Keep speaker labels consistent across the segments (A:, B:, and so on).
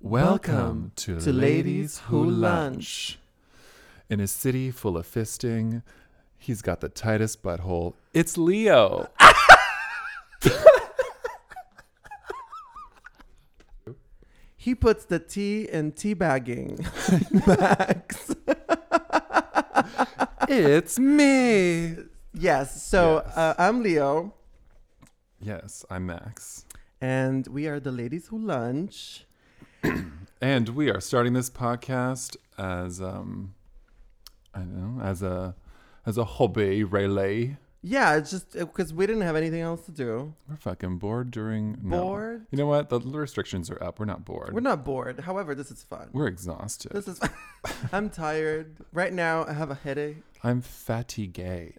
A: Welcome to, Ladies Who Lunch. In a city full of fisting, he's got the tightest butthole. It's Leo.
B: He puts the tea in teabagging. Max.
A: it's me.
B: yes. So
A: Yes.
B: Uh, I'm Leo,
A: Yes, I'm Max.
B: and we are the ladies who lunch.
A: And we are starting this podcast as um I don't know, as a as a hobby relay.
B: Yeah, it's just because we didn't have anything else to do.
A: We're fucking bored during no.
B: Bored?
A: You know what? The restrictions are up. We're not bored.
B: We're not bored. However, this is fun.
A: We're exhausted.
B: This is. I'm tired right now. I have a headache.
A: I'm fatty gay.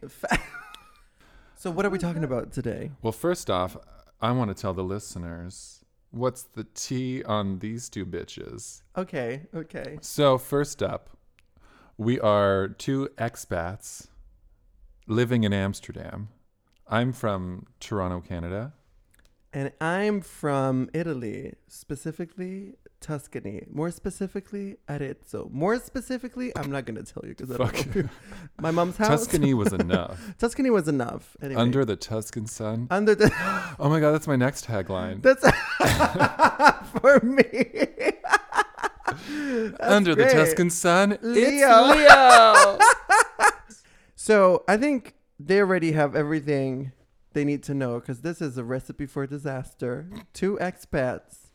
B: So what are we talking about today?
A: Well, first off, I want to tell the listeners what's the tea on these two bitches.
B: Okay. Okay.
A: So, first up, we are two expats living in Amsterdam. I'm from Toronto, Canada.
B: And I'm from Italy, specifically Tuscany. More specifically, Arezzo. More specifically, I'm not gonna tell you because I don't know.
A: Fuck.
B: My mom's house.
A: Tuscany was enough.
B: Tuscany was enough. Anyway.
A: Under the Tuscan sun.
B: under the
A: Oh my God, that's my next tagline.
B: that's for me.
A: Under the
B: great.
A: Tuscan sun.
B: Leo.
A: It's Leo.
B: So I think they already have everything they need to know because this is a recipe for disaster. Two expats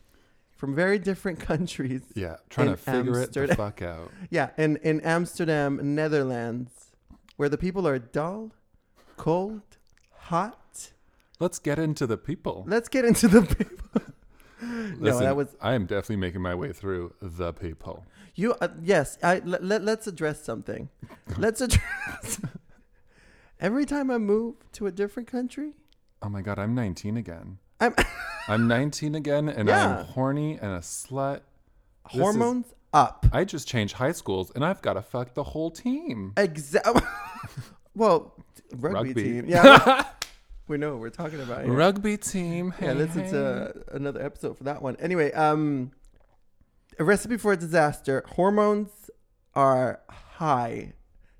B: from very different countries.
A: yeah, trying
B: In
A: to figure it the
B: Amsterdam.
A: fuck out.
B: Yeah, in, in Amsterdam, Netherlands, where the people are dull, cold, hot.
A: Let's get into the people.
B: Let's get into the people.
A: Listen,
B: that was-
A: I am definitely making my way through the people.
B: You uh, yes, I let, let, let's address something. Let's address Every time I move to a different country,
A: Oh my god, I'm 19 again.
B: I'm
A: I'm 19 again, and
B: Yeah.
A: I'm horny and a slut. This is-
B: hormones up.
A: I just changed high schools, and I've got to fuck the whole team.
B: Exactly. well, rugby,
A: Rugby.
B: team. Yeah. we know what we're talking about. Here.
A: Rugby team.
B: yeah, uh,
A: hey,
B: listen
A: hey.
B: to another episode for that one. Anyway, um, a recipe for a disaster. Hormones are high.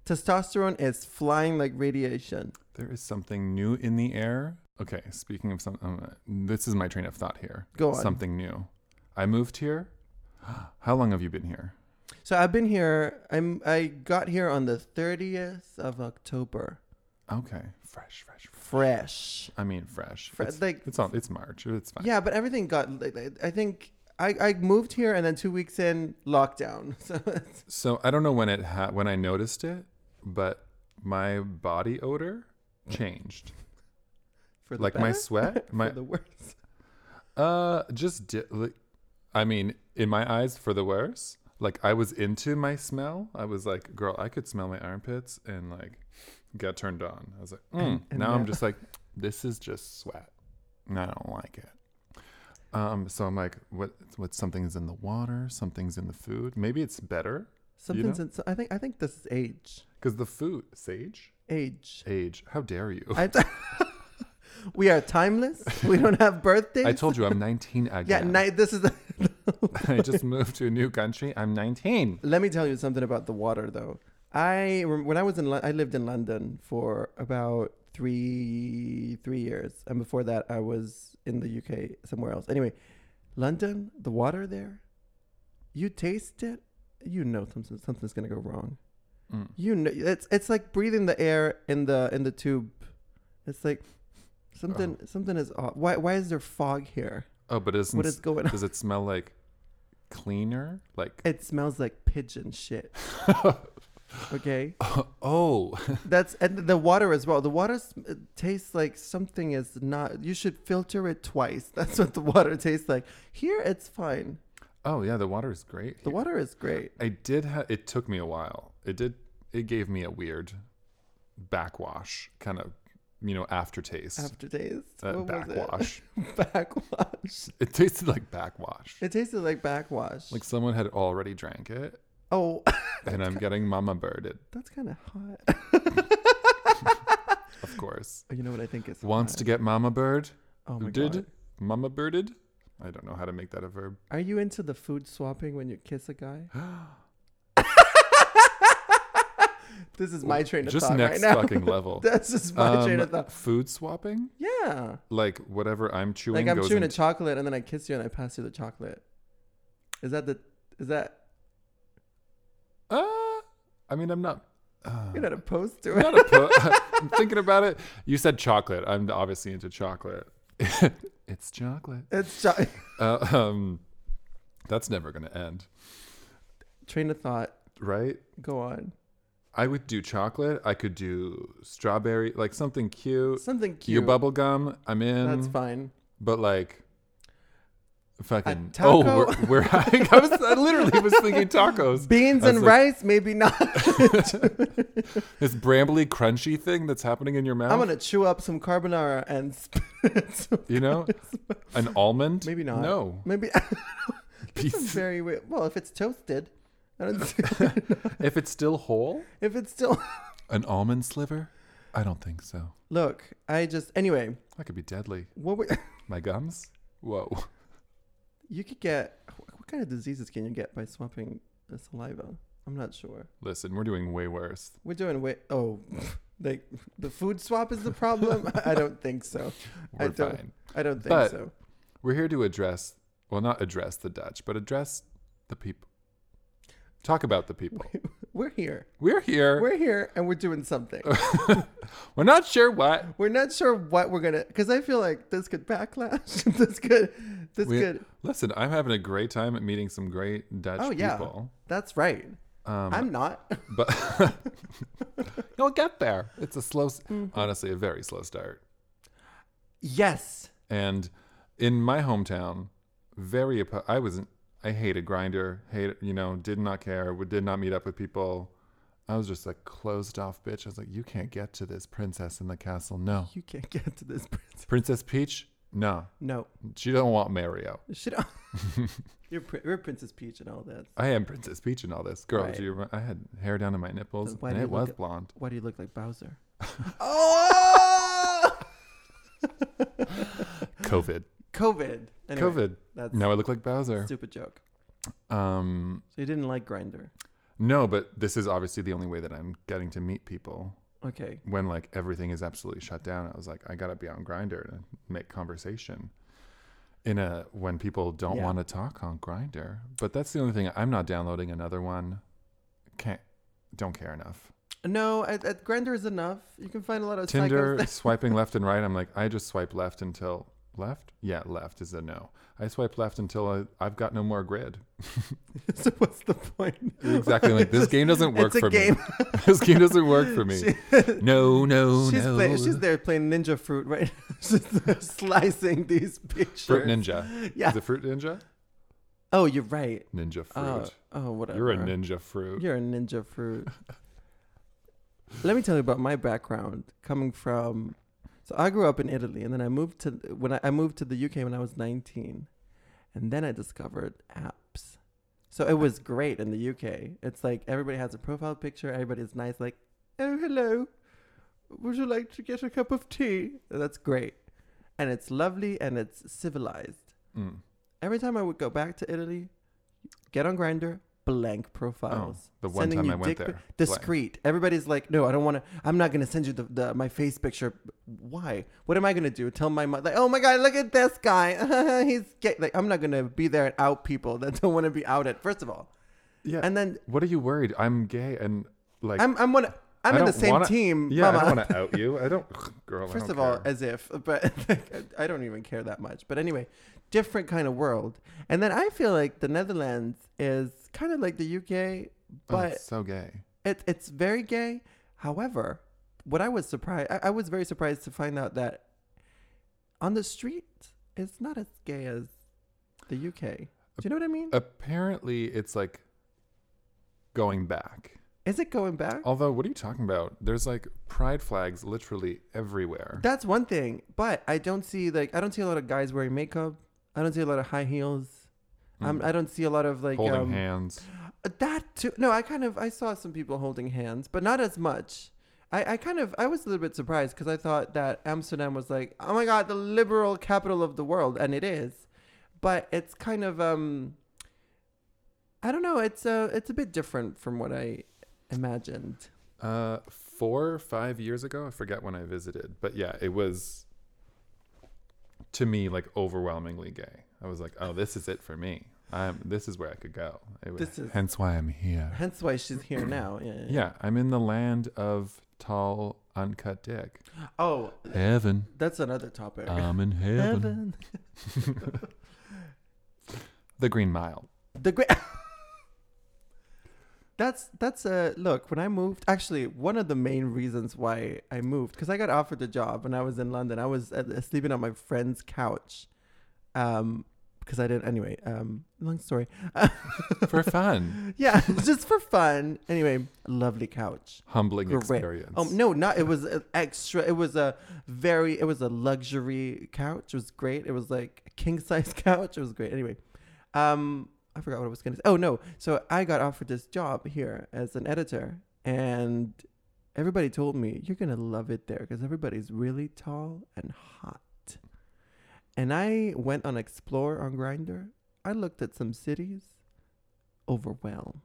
B: Testosterone is flying like radiation.
A: There is something new in the air. Okay, speaking of something, this is my train of thought here.
B: Go on.
A: Something new. I moved here. How long have you been here?
B: So I've been here. I'm. I got here on the thirtieth of October.
A: Okay, fresh, fresh. fresh.
B: Fresh.
A: I mean, fresh.
B: Fre-
A: it's,
B: like-
A: it's all. It's March. It's fine.
B: Yeah, but everything got. like, like, I think I, I moved here, and then two weeks in lockdown. So it's-
A: So I don't know when it ha- when I noticed it, but my body odor changed.
B: for the
A: Like my
B: better?
A: sweat,
B: For
A: my
B: the worst.
A: uh, just di- like, I mean, in my eyes for the worse. Like I was into my smell. I was like, girl, I could smell my armpits and like got turned on. I was like, mm.
B: and
A: now I'm
B: now-
A: just like, this is just sweat, and I don't like it. Um, so I'm like, what? What? Something's in the water. Something's in the food. Maybe it's better
B: Something's in, so I think I think this is age.
A: because the food sage.
B: Age.
A: age. How dare you? I,
B: I th- we are timeless. We don't have birthdays.
A: told you I'm 19 again.
B: yeah, ni- this is.
A: I just moved to a new country. I'm 19.
B: Let me tell you something about the water, though. I rem- when I was in Lon- I lived in London for about three three years, and before that I was in the UK somewhere else. Anyway, London, the water there, you taste it, you know something something's gonna go wrong.
A: Mm.
B: You know it's it's like breathing the air in the in the tube. It's like something something is off. Why why is there fog here?
A: Oh, but isn't
B: What is going on?
A: does it smell like cleaner? Like
B: It smells like pigeon shit. Okay.
A: oh,
B: That's and the water as well. The water s- it tastes like something is not. You should filter it twice. That's what the water tastes like. Here, it's fine.
A: oh yeah, the water is great.
B: The water is great.
A: I did. Ha- it took me a while. It did. It gave me a weird backwash kind of, you know, aftertaste.
B: Aftertaste.
A: Uh,
B: What
A: backwash.
B: was it? backwash.
A: It? tasted like backwash.
B: It tasted like backwash.
A: like someone had already drank it,
B: oh,
A: and I'm getting mama birded,
B: that's kind of hot.
A: of course.
B: You know what I think is
A: Wants to
B: hot?
A: get mama bird.
B: Oh my
A: did
B: god.
A: mama birded I don't know how to make that a verb.
B: Are you into the food swapping when you kiss a guy? this is my train of
A: Just
B: thought
A: next
B: right now.
A: fucking level.
B: That's just my train
A: Um,
B: of thought.
A: Food swapping?
B: Yeah.
A: Like whatever I'm chewing
B: Like I'm
A: goes
B: chewing a
A: into-
B: chocolate and then I kiss you and I pass you the chocolate. Is that the is that
A: Ah, I mean, I'm not. Uh,
B: you're not opposed to
A: I'm
B: it?
A: not oppo- I'm thinking about it. You said chocolate. I'm obviously into chocolate. it's chocolate.
B: It's cho-
A: Uh, um, that's never going to end,
B: train of thought.
A: right?
B: Go on.
A: I would do chocolate. I could do strawberry, like something cute.
B: Something cute.
A: Your bubble gum, I'm in.
B: That's fine.
A: But like, fucking.
B: taco?
A: Oh, we're, we're I was I literally was thinking tacos.
B: Beans
A: I was
B: and
A: like-
B: rice, maybe not.
A: This brambly, crunchy thing that's happening in your mouth.
B: I'm gonna chew up some carbonara and spit it some-
A: you know, an almond.
B: Maybe not.
A: No.
B: maybe this is
A: Piece.
B: very weird. Well, if it's toasted, I don't see,
A: if it's still whole,
B: if it's still
A: an almond sliver. I don't think so.
B: look. I just anyway.
A: That could be deadly.
B: What were,
A: My gums. Whoa.
B: you could get? What kind of diseases can you get by swapping the saliva? I'm not sure.
A: Listen, we're doing way worse.
B: We're doing way. Oh, like the food swap is the problem. I don't think so. I
A: We're
B: don't-
A: fine.
B: I don't think
A: But-
B: so.
A: We're here to address, well, not address the Dutch, but address the people. Talk about the people.
B: We're here.
A: We're here. We're,
B: We're here, and we're doing something.
A: not sure what.
B: We're not sure what we're gonna, because I feel like this could backlash. this could, this
A: We-
B: could.
A: Listen, I'm having a great time at meeting some great Dutch
B: Oh, yeah.
A: people.
B: That's right.
A: Um,
B: I'm not.
A: but you'll get there. It's a slow, s-
B: Mm-hmm.
A: honestly, a very slow start.
B: yes.
A: And in my hometown, very, oppo- I was, I hated grinder, hate, you know, did not care, would- did not meet up with people. I was just like closed off bitch. I was like, you can't get to this princess in the castle. No.
B: You can't get to this prince.
A: Princess Peach? No.
B: No.
A: She don't want Mario.
B: Shit. you're, pri- you're Princess Peach and all that.
A: I am Princess Peach and all this. Girl,
B: Right.
A: do you remember? I had hair down to my nipples
B: So why
A: and
B: do
A: it
B: you look
A: was
B: at-
A: blonde.
B: Why do you look like Bowser? oh,
A: COVID.
B: COVID. Anyway,
A: COVID.
B: That's
A: Now I look like Bowser.
B: stupid joke.
A: Um,
B: So you didn't like Grinder.
A: no, but this is obviously the only way that I'm getting to meet people.
B: Okay.
A: when like everything is absolutely shut down, I was like, I gotta be on Grinder to make conversation. In a when people don't
B: Yeah.
A: want to talk on Grinder, but that's the only thing I'm not downloading another one. Can't don't care enough.
B: No, at, at Grinder is enough. You can find a lot of
A: Tinder
B: Psychos.
A: swiping left and right. I'm like, I just swipe left until left. Yeah, left is a no. I swipe left until I, I've got no more grid.
B: so what's the point?
A: Exactly. like this
B: It's
A: game doesn't work
B: it's a
A: for
B: game.
A: me. this game doesn't work for me.
B: She-
A: no, no,
B: she's,
A: no.
B: play, she's there playing ninja fruit right now. she's there slicing these pictures
A: fruit ninja.
B: yeah
A: Is it fruit ninja?
B: oh you're right
A: Ninja fruit.
B: oh, oh whatever
A: You're a ninja fruit.
B: you're a ninja fruit let me tell you about my background coming from so i grew up in italy and then i moved to when i, I moved to the uk when i was 19 and then i discovered apps so it was great in the uk it's like everybody has a profile picture everybody's nice like oh hello would you like to get a cup of tea that's great and it's lovely and it's civilized
A: Mm.
B: every time I would go back to Italy, get on Grinder, blank profiles.
A: Oh, the one
B: Sending
A: time
B: you
A: I went
B: dick pic-
A: there,
B: discreet. Everybody's like, "No, I don't want to. I'm not going to send you the, the my face picture. Why? What am I going to do? Tell my mother, like, oh my god, look at this guy. He's gay. Like, I'm not going to be there and out people that don't want to be outed. First of all,
A: Yeah.
B: and then
A: what are you worried? I'm gay and like
B: I'm I'm one. I'm
A: I
B: in the
A: don't
B: same
A: wanna-
B: team,
A: Yeah, I
B: Mama.
A: don't want to out you. I don't girl. I
B: 1st
A: don't
B: of all,
A: care.
B: as if, but I don't even care that much. But anyway, different kind of world. And then I feel like the Netherlands is kind of like the UK,
A: Oh,
B: but
A: it's so gay.
B: it, it's very gay. However, what I was surprised, I, I was very surprised to find out that on the street, it's not as gay as the UK. Do you know what I mean?
A: Apparently, it's like going back.
B: Is it going back?
A: Although, what are you talking about? There's like pride flags literally everywhere.
B: That's one thing, but I don't see like I don't see a lot of guys wearing makeup. I don't see a lot of high heels. Um, I don't see a lot of like
A: Hmm. Holding
B: um,
A: hands.
B: That too. No, I kind of I saw some people holding hands, but not as much. I, I kind of I was a little bit surprised because I thought that Amsterdam was like, oh my god, the liberal capital of the world, and it is. but it's kind of um I don't know, it's a it's a bit different from what I imagined.
A: Uh, four or five years ago, I forget when I visited, but yeah, it was to me like overwhelmingly gay. I was like, oh, this is it for me. I'm, this is where I could go. It was,
B: This is-
A: hence why I'm here.
B: Hence why she's here now. Yeah.
A: Yeah, I'm in the land of tall, uncut dick.
B: Oh,
A: Heaven.
B: that's another topic.
A: I'm in heaven. the Green Mile.
B: The great. that's that's a look. When I moved, actually, one of the main reasons why I moved because I got offered a job when I was in London. I was uh, sleeping on my friend's couch, um, because I didn't. Anyway, um, long story.
A: For fun.
B: Yeah, just for fun. Anyway, lovely couch.
A: Humbling
B: Great.
A: experience.
B: Oh no, not it was an extra. It was a very. It was a luxury couch. It was great. It was like a king size couch. It was great. Anyway, um, I forgot what I was gonna say. Oh no, so I got offered this job here as an editor, and everybody told me you're gonna love it there because everybody's really tall and hot. And I went on Explore on Grinder. I looked at some cities, overwhelmed.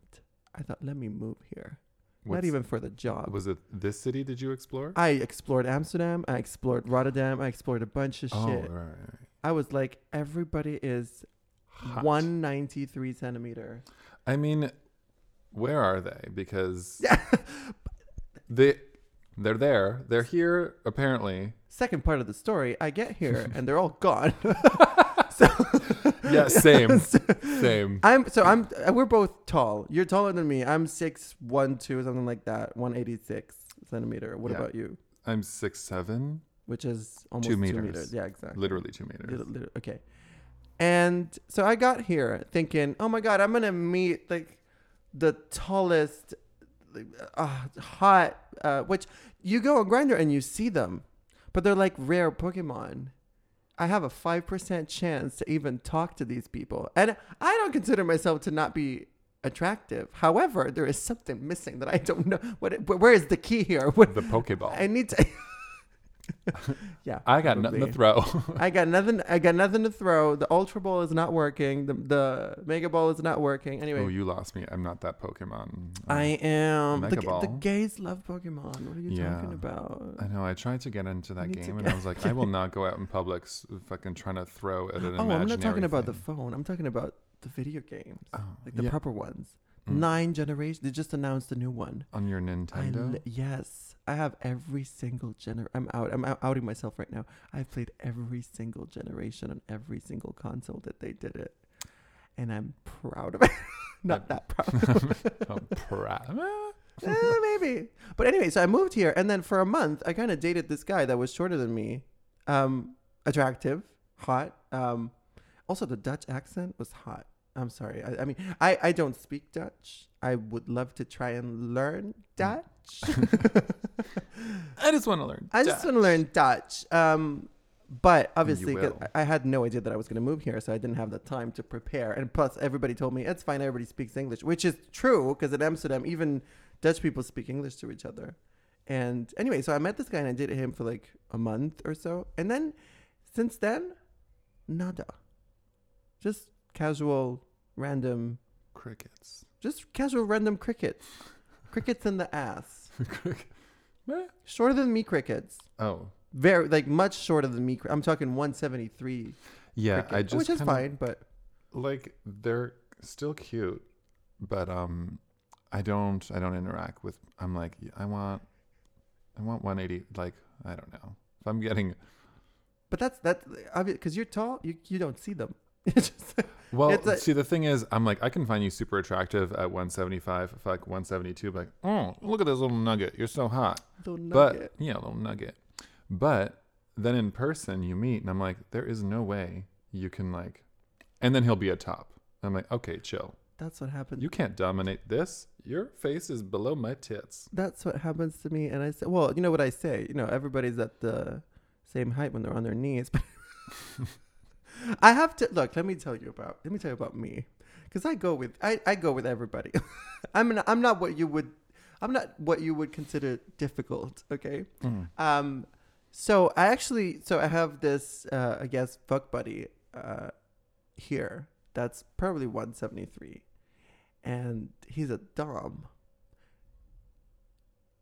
B: I thought, let me move here.
A: What's-
B: Not even for the job.
A: Was it this city did you explore?
B: I explored Amsterdam. I explored Rotterdam. I explored a bunch of
A: oh,
B: shit.
A: right, right, right.
B: I was like, everybody is
A: Hot.
B: 193 centimeter.
A: I mean, where are they? Because
B: Yeah.
A: they they're there. They're here apparently.
B: Second part of the story, I get here and they're all gone.
A: Yeah, same. same.
B: I'm so I'm uh, we're both tall. You're taller than me. I'm six one two something like that. 186 centimeter. What
A: Yeah.
B: about you?
A: I'm six seven,
B: Which is almost
A: Two
B: two
A: meters.
B: meters. Yeah, exactly.
A: literally two meters.
B: Little- little- okay. And so I got here thinking, oh my god, I'm gonna meet like the tallest, like, uh, hot. Uh, which you go on Grinder and you see them, but they're like rare Pokemon. I have a five percent chance to even talk to these people, and I don't consider myself to not be attractive. However, there is something missing that I don't know. What? Where is the key here? What?
A: The Pokeball.
B: I need to. yeah.
A: I got nothing to throw.
B: I got nothing. I got nothing to throw. The Ultra Ball is not working. The the Mega Ball is not working. Anyway,
A: oh, you lost me. I'm not that Pokemon. Um,
B: I am the,
A: Oh, Mega
B: ga- the
A: Ball.
B: gays love Pokemon. What are you
A: Yeah.
B: talking about?
A: I know. I tried to get into that
B: need to
A: game, and
B: get-
A: I was like, I will not go out in public, s- fucking trying to throw at an
B: oh,
A: imaginary.
B: I'm not talking about the
A: thing.
B: phone. I'm talking about the video games,
A: Oh,
B: like the
A: yeah,
B: proper ones.
A: Mm.
B: Nine generations. They just announced a new one.
A: on your
B: I
A: Nintendo.
B: li- yes, I have every single gener. I'm out. I'm out- outing myself right now. I've played every single generation on every single console that they did it, and I'm proud of it. not that proud.
A: oh, crap.
B: Eh, maybe. But anyway, so I moved here, and then for a month, I kind of dated this guy that was shorter than me, um, attractive, hot. Um, also, the Dutch accent was hot. I'm sorry. I, I mean, I, I don't speak Dutch. I would love to try and learn Dutch.
A: I just want to learn.
B: I just want to learn Dutch. Um, but obviously, 'cause
A: will.
B: I I had no idea that I was going to move here, so I didn't have the time to prepare. And plus, everybody told me it's fine. Everybody speaks English, which is true because in Amsterdam, even Dutch people speak English to each other. And anyway, so I met this guy and I dated him for like a month or so, and then since then, nada. Just casual, random,
A: crickets.
B: just casual, random crickets, crickets in the ass.
A: Crick- Meh.
B: Shorter than me, crickets.
A: oh,
B: very like much shorter than me. I'm talking 173,
A: yeah. I
B: cricket,
A: just
B: which is
A: kinda-
B: fine, but
A: Like they're still cute, but um, I don't. I don't interact with. I'm like, I want, I want 180. Like I don't know. If I'm getting
B: but that's that's because you're tall, you you don't see them. It's just-
A: Well,
B: It's a-
A: see, the thing is, I'm like, I can find you super attractive at 175, if, like 172, but like, oh, look at this little nugget. You're so hot.
B: little nugget.
A: But, yeah, little nugget. But then in person, you meet, and I'm like, there is no way you can, like, and then he'll be a top. I'm like, okay, chill.
B: that's what happened.
A: You can't dominate this. Your face is below my tits.
B: that's what happens to me, and I say, well, you know what I say. You know, everybody's at the same height when they're on their knees. But I have to look. Let me tell you about. Let me tell you about me, because I go with I, I go with everybody. I'm not, I'm not what you would. I'm not what you would consider difficult. Okay. Um, so I actually, so I have this, uh, I guess, fuck buddy, uh, here that's probably 173 and he's a dom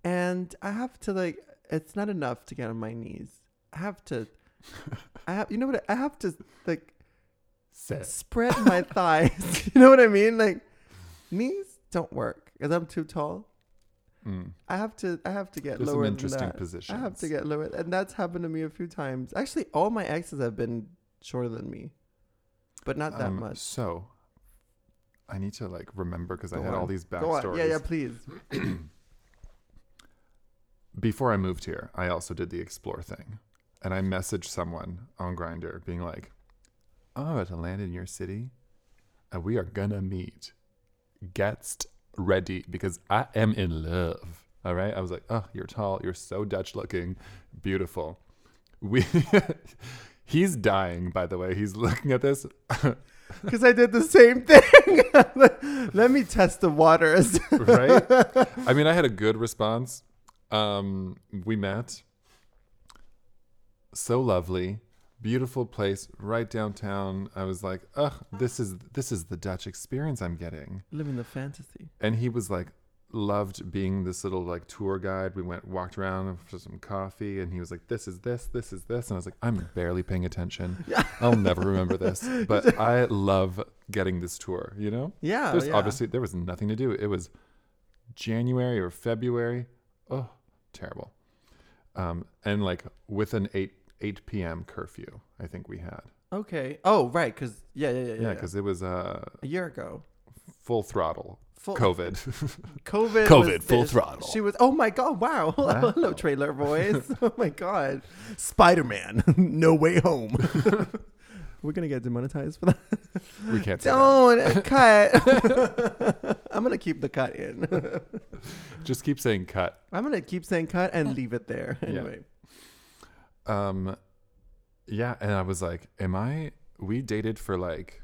B: and i have to like it's not enough to get on my knees i have to i have you know what i have to like
A: Set.
B: spread my thighs you know what i mean like knees don't work because i'm too tall
A: Mm.
B: i have to i have to get
A: There's
B: lower
A: some
B: than
A: interesting
B: that.
A: positions.
B: I have to get lower, and that's happened to me a few times. Actually, all my exes have been shorter than me, but not that
A: Um,
B: much.
A: So I need to like remember because I
B: Go
A: had all
B: on.
A: these
B: Go
A: backstories.
B: on, yeah, yeah, please.
A: Before I moved here, I also did the explore thing. And I messaged someone on Grinder being like, I'm about to land in your city and we are gonna meet. Get ready because I am in love. All right. I was like, oh, you're tall. You're so Dutch looking. Beautiful. We. He's dying, by the way. He's looking at this.
B: Because I did the same thing. Let me test the waters.
A: right? I mean, I had a good response. Um, we met. So lovely, beautiful place right downtown. I was like, "Ugh, this is this is the Dutch experience I'm getting."
B: Living the fantasy.
A: And he was like, loved being this little like tour guide. We went walked around for some coffee, and he was like, "This is this, this is this," and I was like, "I'm barely paying attention. I'll never remember this, but I love getting this tour." You know?
B: Yeah,
A: There's
B: Oh, yeah.
A: obviously there was nothing to do. It was January or February. Oh, terrible. Um, and like with an eight eight p.m. curfew, I think we had.
B: Okay. Oh, right. Because yeah, yeah, yeah, yeah.
A: Yeah,
B: yeah.
A: because it was uh,
B: a year ago,
A: full throttle
B: full
A: COVID.
B: COVID.
A: COVID,
B: was
A: full
B: this-
A: throttle.
B: She was. Oh my god! Wow. Hello,
A: Wow.
B: trailer voice. oh my god. Spider Man. no way home. We're gonna get demonetized for that.
A: we can't. say that.
B: Don't cut. I'm gonna keep the cut in.
A: Just keep saying cut.
B: I'm gonna keep saying cut and leave it there.
A: Yeah.
B: Anyway,
A: Um, yeah, and I was like, "Am I?" We dated for like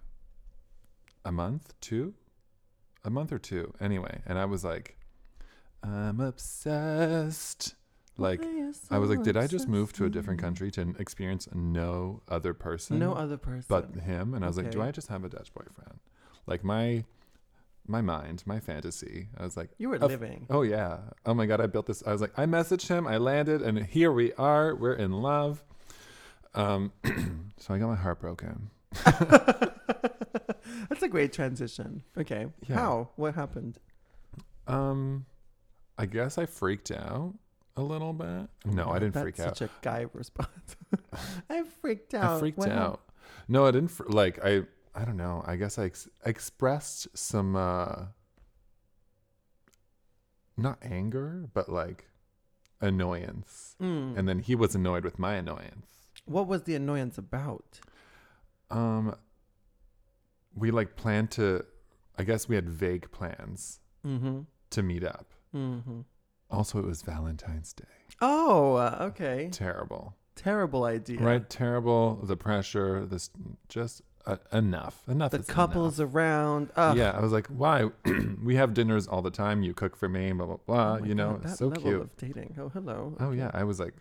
A: a month, two, a month or two, anyway. And I was like, "I'm obsessed." Like, I was like, "Did I just move to a different country to experience no other person,
B: No other person.
A: but him?" And I was like, "Do
B: Okay.
A: I just have a Dutch boyfriend?" Like my my mind, my fantasy. I was like,
B: you were
A: of-
B: living.
A: Oh yeah. Oh my god, I built this. I was like, I messaged him, I landed, and here we are. We're in love. Um so I got my heart broken.
B: That's a great transition. Okay.
A: Yeah.
B: How? What happened?
A: Um I guess I freaked out a little bit. No, I didn't
B: Oh, That's
A: freak out.
B: Such a guy response. I freaked out.
A: I freaked
B: What hap-
A: out. No, I didn't. Fr- like I, I don't know. I guess I ex- expressed some, uh not anger, but like annoyance.
B: Mm.
A: And then he was annoyed with my annoyance.
B: What was the annoyance about?
A: Um, we like planned to. I guess we had vague plans
B: Mm-hmm.
A: to meet up.
B: Mm-hmm.
A: Also, it was Valentine's Day.
B: Oh, uh, okay.
A: Terrible,
B: Terrible idea.
A: right? Terrible. The pressure. This just uh, enough. Enough.
B: The oh
A: is
B: couples
A: enough.
B: around. Ugh.
A: Yeah, I was like, why? we have dinners all the time. You cook for me, blah blah blah.
B: Oh my
A: Uh, you know,
B: God, that
A: so
B: level
A: cute.
B: of dating. Oh, hello.
A: Oh
B: Okay.
A: yeah, I was like,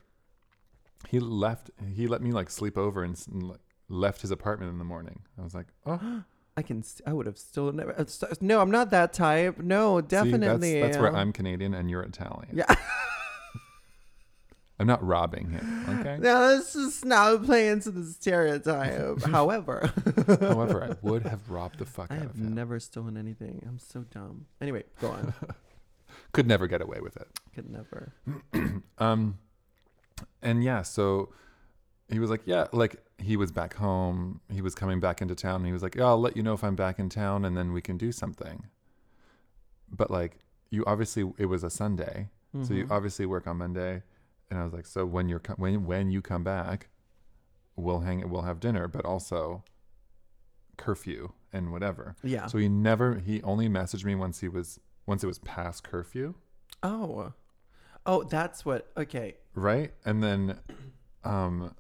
A: he left. He let me like sleep over and, s- and like, left his apartment in the morning. I was like, oh,
B: I can. St- I would have still never. uh, st- No, I'm not that type. No,
A: See, that's-
B: definitely.
A: that's, where
B: am.
A: I'm Canadian and you're Italian.
B: Yeah.
A: I'm not robbing him. Okay.
B: No, this is not play into the stereotype. However,
A: However, I would have robbed the fuck
B: I
A: out of
B: have
A: him.
B: never stolen anything. I'm so dumb. Anyway, go on.
A: Could never get away with it.
B: Could never.
A: Um, and yeah, so he was like, yeah, like he was back home. He was coming back into town. And he was like, yeah, I'll let you know if I'm back in town, and then we can do something. But like, you obviously it was a Sunday, so you
B: Mhm.
A: obviously work on Monday. And I was like, so when you're co- when when you come back, we'll hang we'll have dinner, but also curfew and whatever.
B: yeah.
A: So he never he only messaged me once he was once it was past curfew,
B: oh, oh, that's what. Okay.
A: right? And then um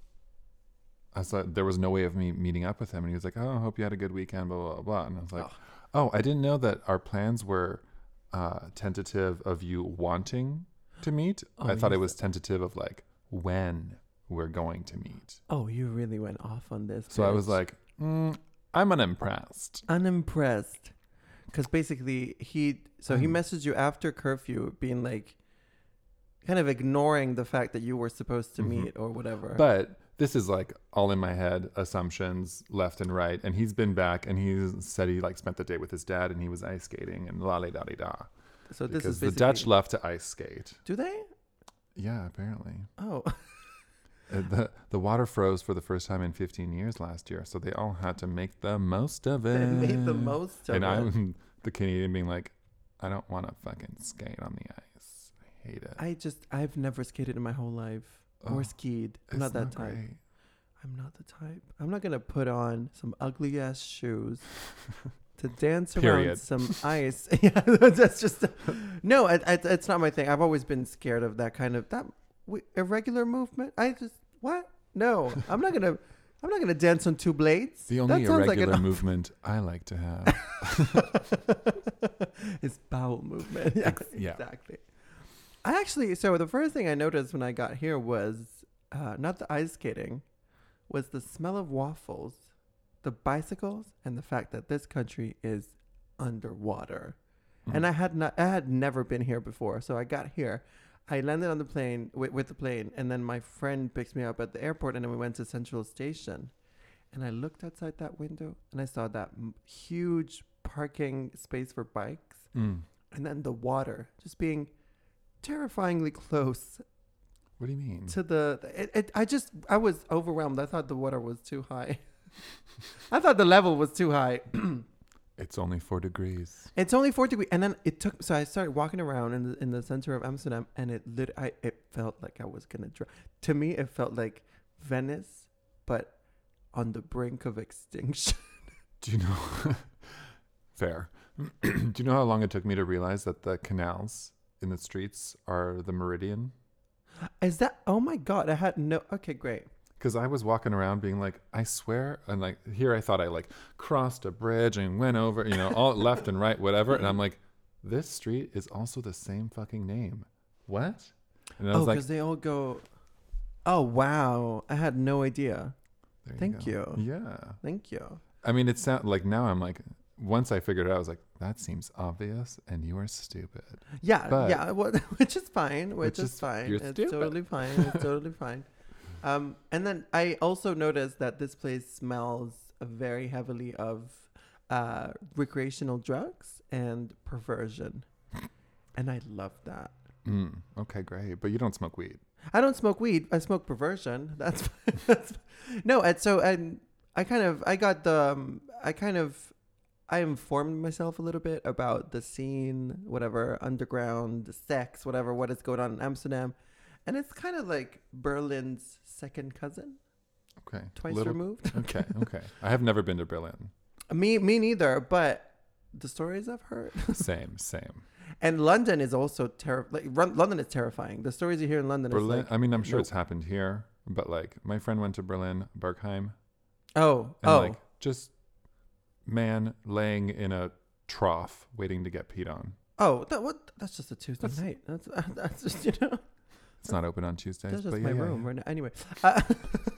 A: I saw there was no way of me meeting up with him and he was like, "Oh, I hope you had a good weekend, blah blah blah." blah. And I was like, "Oh, I didn't know that our plans were uh tentative of you wanting to meet.
B: Oh,
A: I thought
B: yes.
A: it was tentative of like when we're going to meet."
B: Oh, you really went off on this.
A: So I was
B: bitch.
A: like, mm, I'm unimpressed.
B: unimpressed because basically he so he
A: Mm.
B: messaged you after curfew being like kind of ignoring the fact that you were supposed to
A: Mhm.
B: meet or whatever
A: But this is like all in my head assumptions left and right. And he's been back and he said he like spent the day with his dad and he was ice skating and la li da di da.
B: so this
A: Because
B: is
A: the
B: basically,
A: Dutch love to ice skate.
B: do they
A: Yeah, apparently.
B: oh
A: Uh, the the water froze for the first time in 15 years last year, so they all had to make the most of it.
B: they made the most of
A: And
B: it
A: I'm the Canadian being like, I don't want to fucking skate on the ice. I hate it.
B: i just i've never skated in my whole life
A: Oh,
B: or skied i'm not
A: It's
B: that type
A: great.
B: i'm not the type i'm not gonna put on some ugly ass shoes to dance around
A: Period.
B: some ice. yeah, that's just no. I, I, it's not my thing. I've always been scared of that kind of that w- irregular movement. I just what? No, I'm not gonna. I'm not gonna dance on two blades.
A: The only
B: that sounds like
A: irregular
B: an
A: movement I like to have.
B: it's bowel movement. Yeah,
A: Ex- yeah.
B: exactly. I actually, so the first thing I noticed when I got here was uh, not the ice skating, was the smell of waffles, the bicycles, and the fact that this country is underwater. And I had not, I had never been here before. So I got here, I landed on the plane with, with the plane, and then my friend picks me up at the airport, and then we went to Central Station. And I looked outside that window, and I saw that m- huge parking space for bikes,
A: Mm.
B: and then the water just being terrifyingly close
A: What do you mean?
B: to the. It, it, I just I was overwhelmed. I thought the water was too high. I thought the level was too high.
A: it's only four degrees.
B: It's only four degrees, and then it took. So I started walking around in the, in the center of Amsterdam, and it lit. I it felt like I was gonna drown. To me, it felt like Venice, but on the brink of extinction.
A: Do you know? Fair. Do you know how long it took me to realize that the canals in the streets are the meridian?
B: Is that? Oh my god! I had no. Okay, great.
A: Because I was walking around being like, I swear, and like here I thought I like crossed a bridge and went over, you know, all left and right, whatever. And I'm like, this street is also the same fucking name. What? And I
B: Oh,
A: was
B: because
A: like,
B: they all go. Oh wow! I had no idea.
A: there
B: Thank
A: you.
B: you.
A: go." Yeah.
B: Thank you.
A: I mean, it sound like now I'm like, once I figured it out, I was like, that seems obvious, and you are stupid.
B: Yeah,
A: But-
B: yeah, wha- which is fine. Which,
A: Which
B: is,
A: is-
B: fine.
A: you're
B: It's
A: stupid.
B: totally fine. It's totally fine. Um, and then I also noticed that this place smells very heavily of uh, recreational drugs and perversion, and I love that.
A: Mm, okay, great. But you don't smoke weed.
B: I don't smoke weed. I smoke perversion. That's, that's no. And so and I kind of I got the um, I kind of I informed myself a little bit about the scene, whatever underground sex, whatever what is going on in Amsterdam, and it's kind of like Berlin's second cousin,
A: Okay.
B: twice
A: Little-
B: removed.
A: Okay, okay. I have never been to Berlin.
B: me me neither, but the stories I've heard
A: Same, same.
B: and London is also terrifying. Like Run- London is terrifying. The stories you hear in London
A: Berlin.
B: is like
A: I mean, I'm sure
B: nope.
A: it's happened here, but like my friend went to Berlin, Bergheim,
B: oh
A: and
B: oh
A: like just man laying in a trough waiting to get peed on.
B: Oh, that what? That's just a Tuesday
A: That's-
B: night. That's that's just you know.
A: It's not open on Tuesdays.
B: That's just
A: but yeah,
B: my
A: yeah,
B: room
A: yeah.
B: right now. Anyway, uh,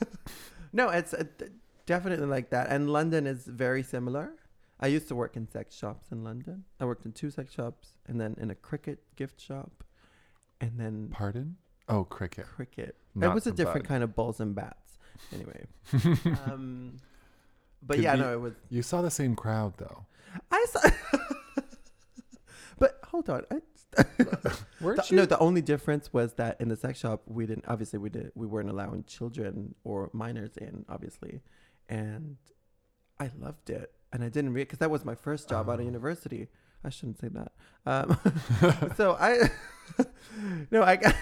B: no, it's uh, d- definitely like that. And London is very similar. I used to work in sex shops in London. I worked in two sex shops, and then in a cricket gift shop, and then
A: Pardon? Oh, cricket.
B: cricket.
A: Not
B: that was a
A: the
B: different
A: bud.
B: kind of balls and bats. Anyway, um, but
A: Could
B: yeah,
A: be-
B: no, it was.
A: You saw the same crowd though.
B: I saw. but hold on, I
A: Weren't
B: The- no, the only difference was that in the sex shop, we didn't obviously we did we weren't allowing children or minors in, obviously, and I loved it, and I didn't read because that was my first job out
A: Oh.
B: of university. I shouldn't say that. Um, so I, no, I got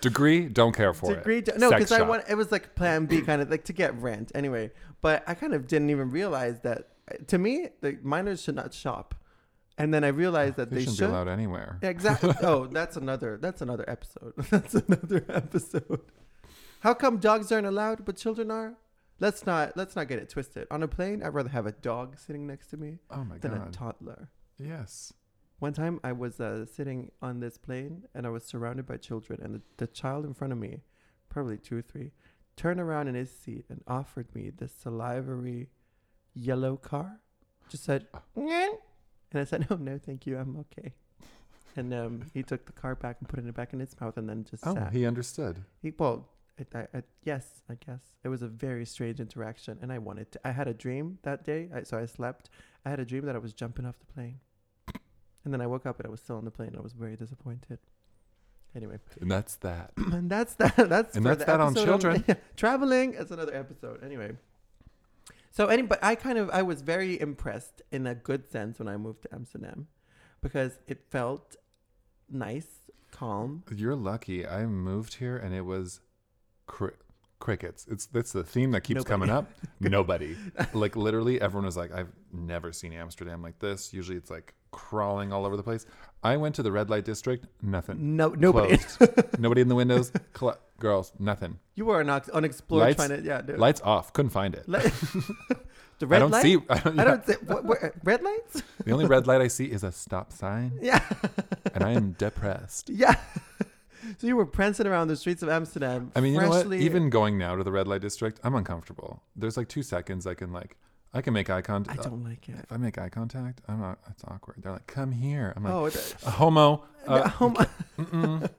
A: Degree? Don't care for it.
B: degree. No,
A: Sex
B: because I
A: shop.
B: want it was like Plan B kind of like to get rent anyway. But I kind of didn't even realize that. To me, the minors should not shop, and then I realized that
A: They,
B: they
A: shouldn't
B: should.
A: be allowed anywhere.
B: Exactly. oh, that's another. That's another episode. That's another episode. How come dogs aren't allowed but children are? Let's not. Let's not get it twisted. On a plane, I'd rather have a dog sitting next to me
A: Oh my
B: than a
A: god.
B: toddler.
A: yes.
B: One time, I was uh, sitting on this plane and I was surrounded by children, and the, the child in front of me, probably two or three, turned around in his seat and offered me this salivary yellow car? Just said, "Nyeh." and I said, no, no, thank you, I'm okay. And um, he took the car back and put it back in his mouth, and then just
A: Oh,
B: sat.
A: he understood.
B: He, well, it, I, I, yes, I guess it was a very strange interaction, and I wanted to. I had a dream that day, I, so I slept. I had a dream that I was jumping off the plane, and then I woke up and I was still on the plane. I was very disappointed. Anyway,
A: And that's that.
B: and that's that. That's
A: And
B: for
A: that's
B: the
A: that on
B: episode
A: children.
B: traveling. That's another episode. Anyway, so anybody, I kind of I was very impressed in a good sense when I moved to Amsterdam, because it felt nice, calm.
A: You're lucky. I moved here and it was cri- crickets. It's that's the theme that keeps
B: Nobody.
A: coming up. Nobody. like literally everyone was like I've never seen Amsterdam like this. Usually it's like crawling all over the place. I went to the red light district, nothing.
B: No, nobody.
A: Closed. nobody in the windows. Cl- girls, nothing.
B: You were an unex- unexplored
A: Lights-
B: planet. Yeah, dude.
A: Lights off. Couldn't find it.
B: Li- the red
A: I don't
B: light.
A: see I don't,
B: I don't. See, what, where- red lights?
A: The only red light I see is a stop sign
B: Yeah,
A: and I am depressed.
B: yeah. So you were prancing around the streets of Amsterdam.
A: I mean, you know what?
B: freshly-
A: Even going now to the red light district, I'm uncomfortable. There's like 2 seconds I can like I can make eye
B: I
A: contact.
B: don't like it.
A: if I make eye contact, I'm not. It's awkward. They're like, "Come here." I'm like,
B: Oh, the,
A: "A "Homo,
B: the-
A: uh,
B: oh my-
A: mm-mm.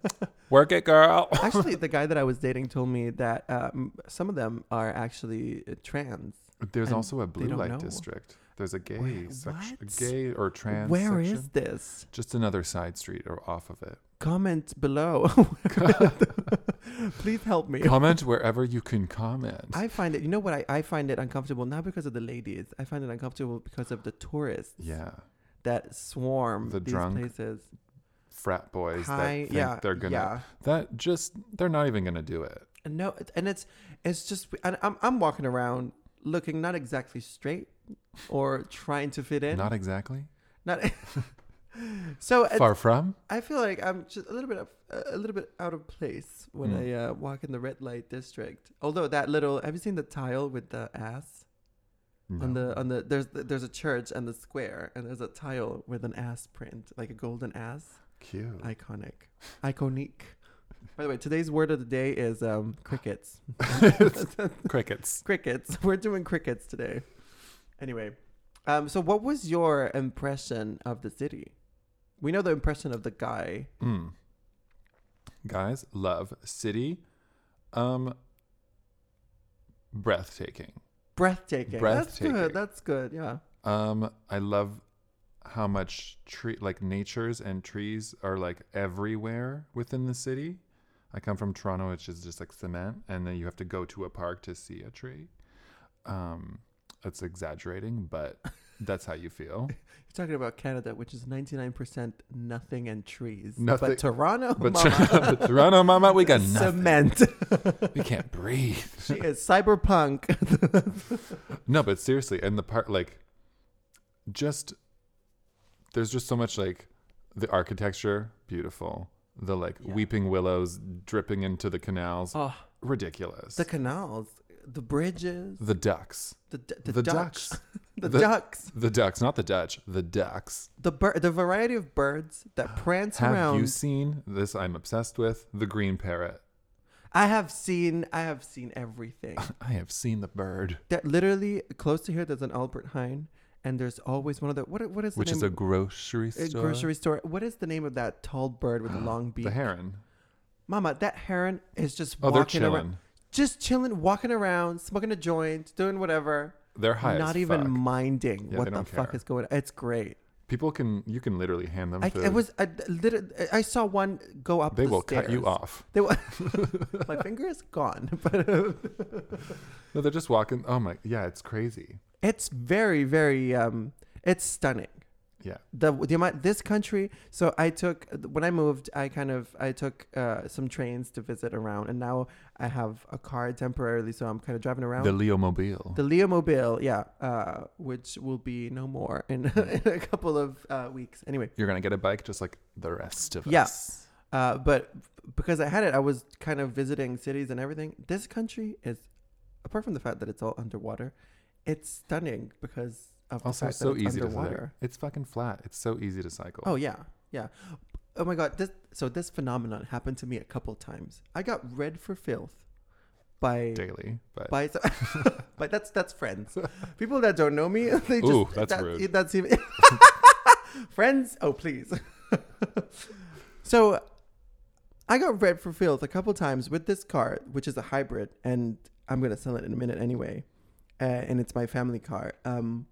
A: work it, girl."
B: actually, the guy that I was dating told me that um, some of them are actually uh, trans.
A: There's
B: And
A: also a blue
B: don't
A: light
B: know.
A: district. There's a gay
B: Wait,
A: section,
B: what?
A: gay or trans.
B: Where is
A: section.
B: this?
A: Just another side street or off of it.
B: Comment below. Please help me.
A: Comment wherever you can comment.
B: I find it. You know what? I, I find it uncomfortable not because of the ladies. I find it uncomfortable because of the tourists.
A: yeah,
B: that swarm
A: The
B: these
A: drunk
B: places.
A: frat boys
B: High,
A: that think
B: yeah,
A: they're gonna.
B: yeah.
A: That just they're not even gonna do it.
B: And no, it- and it's it's just and I'm I'm walking around looking not exactly straight or trying to fit in.
A: not exactly.
B: not so it's-
A: Far from.
B: I feel like I'm just a little bit of, a little bit out of place when
A: Mm.
B: I uh, walk in the red light district. Although that little, have you seen the tile with the ass
A: No.
B: on the on the there's there's a church and the square and there's a tile with an ass print like a golden ass.
A: Cute.
B: Iconic. Iconic. By the way, today's word of the day is um, crickets.
A: Crickets.
B: crickets. We're doing crickets today. Anyway, um, so what was your impression of the city? We know the impression of the guy.
A: Mm. Guys, love city. Um breathtaking.
B: Breathtaking. That's
A: Breathtaking.
B: good. That's good. Yeah.
A: Um I love how much tree like natures and trees are like everywhere within the city. I come from Toronto, which is just like cement, and then you have to go to a park to see a tree. Um it's exaggerating, but that's how you feel.
B: You're talking about Canada, which is 99% nothing and trees.
A: Nothing-
B: But Toronto,
A: But,
B: mama,
A: but Toronto, mama, we got nothing.
B: cement.
A: We can't breathe.
B: she is cyberpunk.
A: No, but seriously, and the part like just there's just so much like the architecture, beautiful. The like
B: Yeah.
A: weeping willows dripping into the canals,
B: oh,
A: ridiculous.
B: the
A: The,
B: canals, the bridges,
A: ducks,
B: the, d- the,
A: The
B: ducks.
A: ducks.
B: the,
A: The-
B: ducks.
A: the ducks, not the Dutch, the ducks.
B: The bir- the variety of birds that prance
A: Uh, Have
B: around.
A: you seen this? I'm obsessed with the green parrot.
B: I have seen I have seen everything.
A: I have seen the bird,
B: that literally close to here there's an Albert Heijn and there's always one of the what what is the
A: which
B: name
A: is a grocery
B: a
A: store.
B: grocery store. What is the name of that tall bird with the long beak?
A: the heron.
B: Mama, that heron is just
A: Oh, they're
B: walking around
A: chilling.
B: just chilling, walking around, smoking a joint, doing whatever.
A: They're high.
B: not
A: as
B: even
A: fuck.
B: minding
A: Yeah,
B: what
A: they
B: the
A: don't
B: fuck
A: care.
B: is going on. It's great.
A: People can you can literally hand them
B: I,
A: food.
B: it was I, literally, I saw one go up
A: they
B: the
A: will cut you
B: stairs.
A: off.
B: They were, my finger is gone, but
A: No, they're just walking. Oh my, yeah, it's crazy.
B: it's very, very, um, it's stunning.
A: Yeah.
B: The, the amount this country. So I took when I moved, I kind of I took uh, some trains to visit around, and now I have a car temporarily, so I'm kind of driving around.
A: The Leo Mobile.
B: The Leo Mobile, yeah, uh, which will be no more in, in a couple of uh, weeks. Anyway,
A: You're gonna get a bike just like the rest of
B: Yeah.
A: us.
B: uh, but because I had it, I was kind of visiting cities and everything. This country is, apart from the fact that it's all underwater, it's stunning because of the
A: Also,
B: fact
A: it's so
B: that it's
A: easy to cycle.
B: underwater.
A: It's fucking flat. It's so easy to cycle.
B: Oh yeah, yeah. Oh my god, this so this phenomenon happened to me a couple times. I got read for filth by
A: daily, but
B: by so- but that's that's friends. People that don't know me, they just
A: Ooh, that's
B: that-
A: rude.
B: That's even friends. Oh please. so, I got red fulfilled a couple times with this car, which is a hybrid, and I'm gonna sell it in a minute anyway. Uh, and it's my family car. Um,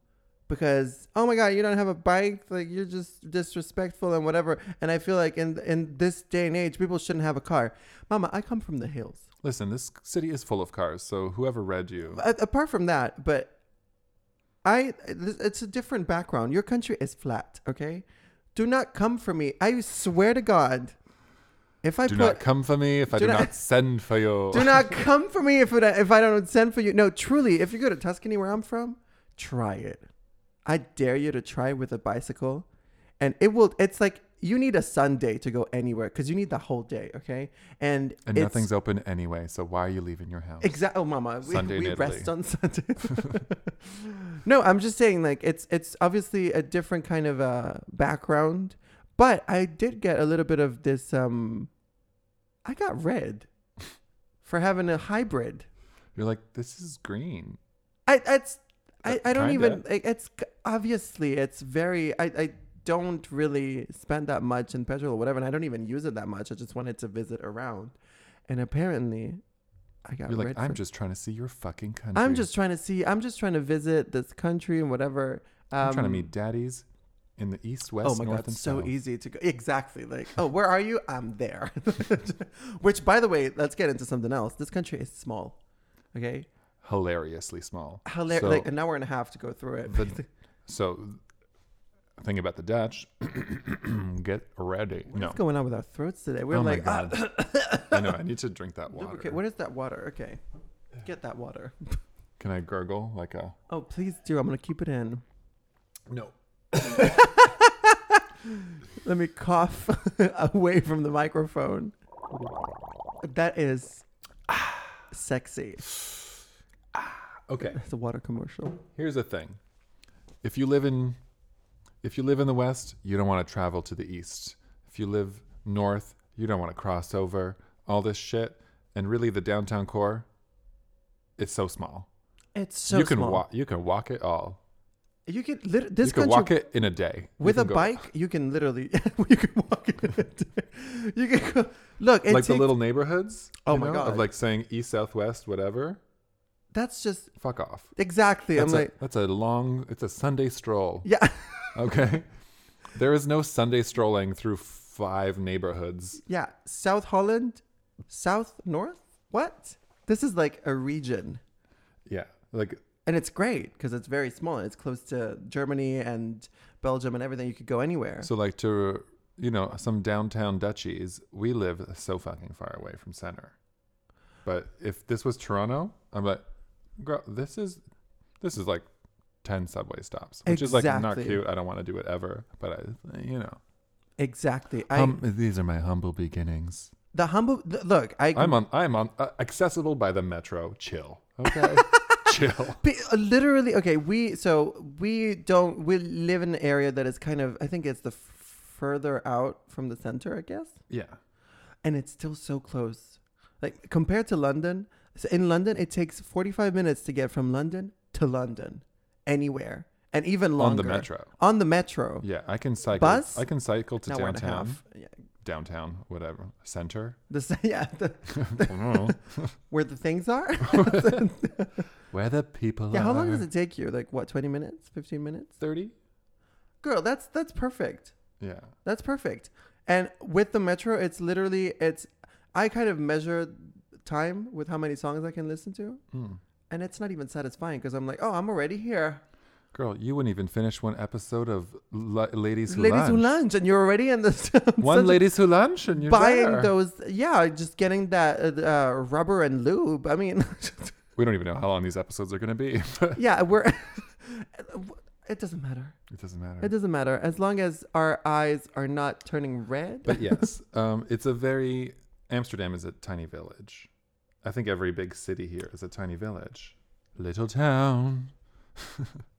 B: because oh my god, you don't have a bike, like you're just disrespectful and whatever. And I feel like in in this day and age, people shouldn't have a car. Mama, I come from the hills.
A: listen, this city is full of cars. So whoever read you,
B: A- apart from that, but I this- it's a different background. Your country is flat, okay? Do not come for me. I swear to God, if I
A: do
B: put
A: not come for me if I
B: do
A: do,
B: not-
A: not, send for you.
B: do not come for me if it, if I don't send for you. No, truly, if you go to Tuscany where I'm from, try it. I dare you to try with a bicycle, and it will. It's like you need a Sunday to go anywhere because you need the whole day, okay? And
A: and
B: it's,
A: nothing's open anyway. So why are you leaving your house?
B: Exactly, oh, Mama. We,
A: Sunday in
B: we
A: Italy.
B: rest on Sunday. no, I'm just saying, like it's it's obviously a different kind of uh, background, but I did get a little bit of this. Um, I got red for having a hybrid.
A: You're like, this is green.
B: I it's I,
A: Uh,
B: I don't
A: kinda.
B: even like, it's c- obviously it's very I I don't really spend that much in petrol or whatever, and I don't even use it that much. I just wanted to visit around, and apparently, I got
A: You're
B: red.
A: like,
B: for
A: I'm just trying to see your fucking country.
B: I'm just trying to see. I'm just trying to visit this country and whatever. Um,
A: I'm trying to meet daddies in the east, west,
B: Oh my
A: north,
B: god,
A: and
B: it's so
A: south.
B: easy to go. Exactly. Like, oh, where are you? I'm there. Which, by the way, let's get into something else. This country is small. Okay,
A: Hilariously small.
B: Hilar-
A: So-
B: like an hour and a half to go through it.
A: the, so thing about the Dutch, get ready. no,
B: What's going on with our throats today? We're
A: oh
B: like,
A: my
B: ah,
A: god, I know. I need to drink that water.
B: okay, what is that water? Okay, get that water.
A: Can I gurgle like a?
B: Oh, please do. I'm gonna keep it in.
A: No.
B: Let me cough away from the microphone. That is sexy.
A: Okay.
B: It's a water commercial.
A: Here's the thing. If you live in, if you live in the West, you don't want to travel to the East. If you live North, you don't want to cross over all this shit. And really, the downtown core, it's so small.
B: It's so
A: you can
B: small.
A: walk. You can walk it all.
B: You can lit- this
A: you can
B: country
A: walk it in a day You
B: with a
A: can go-
B: bike. You can literally you can walk it. you can go, look. It
A: like the
B: takes-
A: little neighborhoods.
B: Oh
A: you
B: my God.
A: Of like saying east, south, west, whatever.
B: That's just
A: Fuck off.
B: exactly.
A: That's,
B: I'm
A: a,
B: like
A: that's a long. It's a Sunday stroll.
B: yeah,
A: Okay. there is no Sunday strolling through five neighborhoods.
B: yeah. South Holland, South North. What? This is like a region,
A: Yeah. Like
B: and it's great because it's very small and it's close to Germany and Belgium and everything. You could go anywhere.
A: so, like to you know some downtown duchies. We live so fucking far away from center. But if this was Toronto, I'm like, girl, this is this is like. 10 subway stops, which is like not
B: Exactly.
A: cute. I don't want to do it ever, but I, you know.
B: exactly. I
A: Hum- these are my humble beginnings.
B: the humble th- look. I
A: I'm on. I'm on. Uh, accessible by the metro. Chill. Okay. Chill.
B: Be- uh, literally okay we so we don't we live in an area that is kind of i think it's the f- further out from the center i guess
A: Yeah.
B: and it's still so close like compared to london so in london it takes 45 minutes to get from london to london anywhere and even
A: On
B: longer
A: the metro.
B: on the metro
A: Yeah. I can cycle.
B: Bus?
A: I can cycle to
B: an hour and a
A: downtown.
B: half yeah
A: Downtown. Whatever. Center.
B: the, s- yeah the,
A: I don't know.
B: where the things are
A: Where the people
B: yeah
A: are.
B: how long does it take you like what 20 minutes 15 minutes
A: Thirty.
B: girl that's that's perfect
A: Yeah.
B: That's perfect. And with the metro, it's literally it's I kind of measure time with how many songs I can listen to,
A: Mm.
B: and it's not even satisfying because I'm like, oh, I'm already here,
A: Girl, you wouldn't even finish one episode of L- Ladies Who
B: ladies
A: Lunch.
B: who lunch, and you're already in this
A: One Ladies Who Lunch, and you're
B: buying
A: there.
B: those, yeah, just getting that uh, rubber and lube. I mean,
A: We don't even know how long these episodes are going to be. but
B: yeah, we're it doesn't matter.
A: it doesn't matter.
B: It doesn't matter as long as our eyes are not turning red.
A: but yes, um, it's a very Amsterdam is a tiny village. I think every big city here is a tiny village, little town.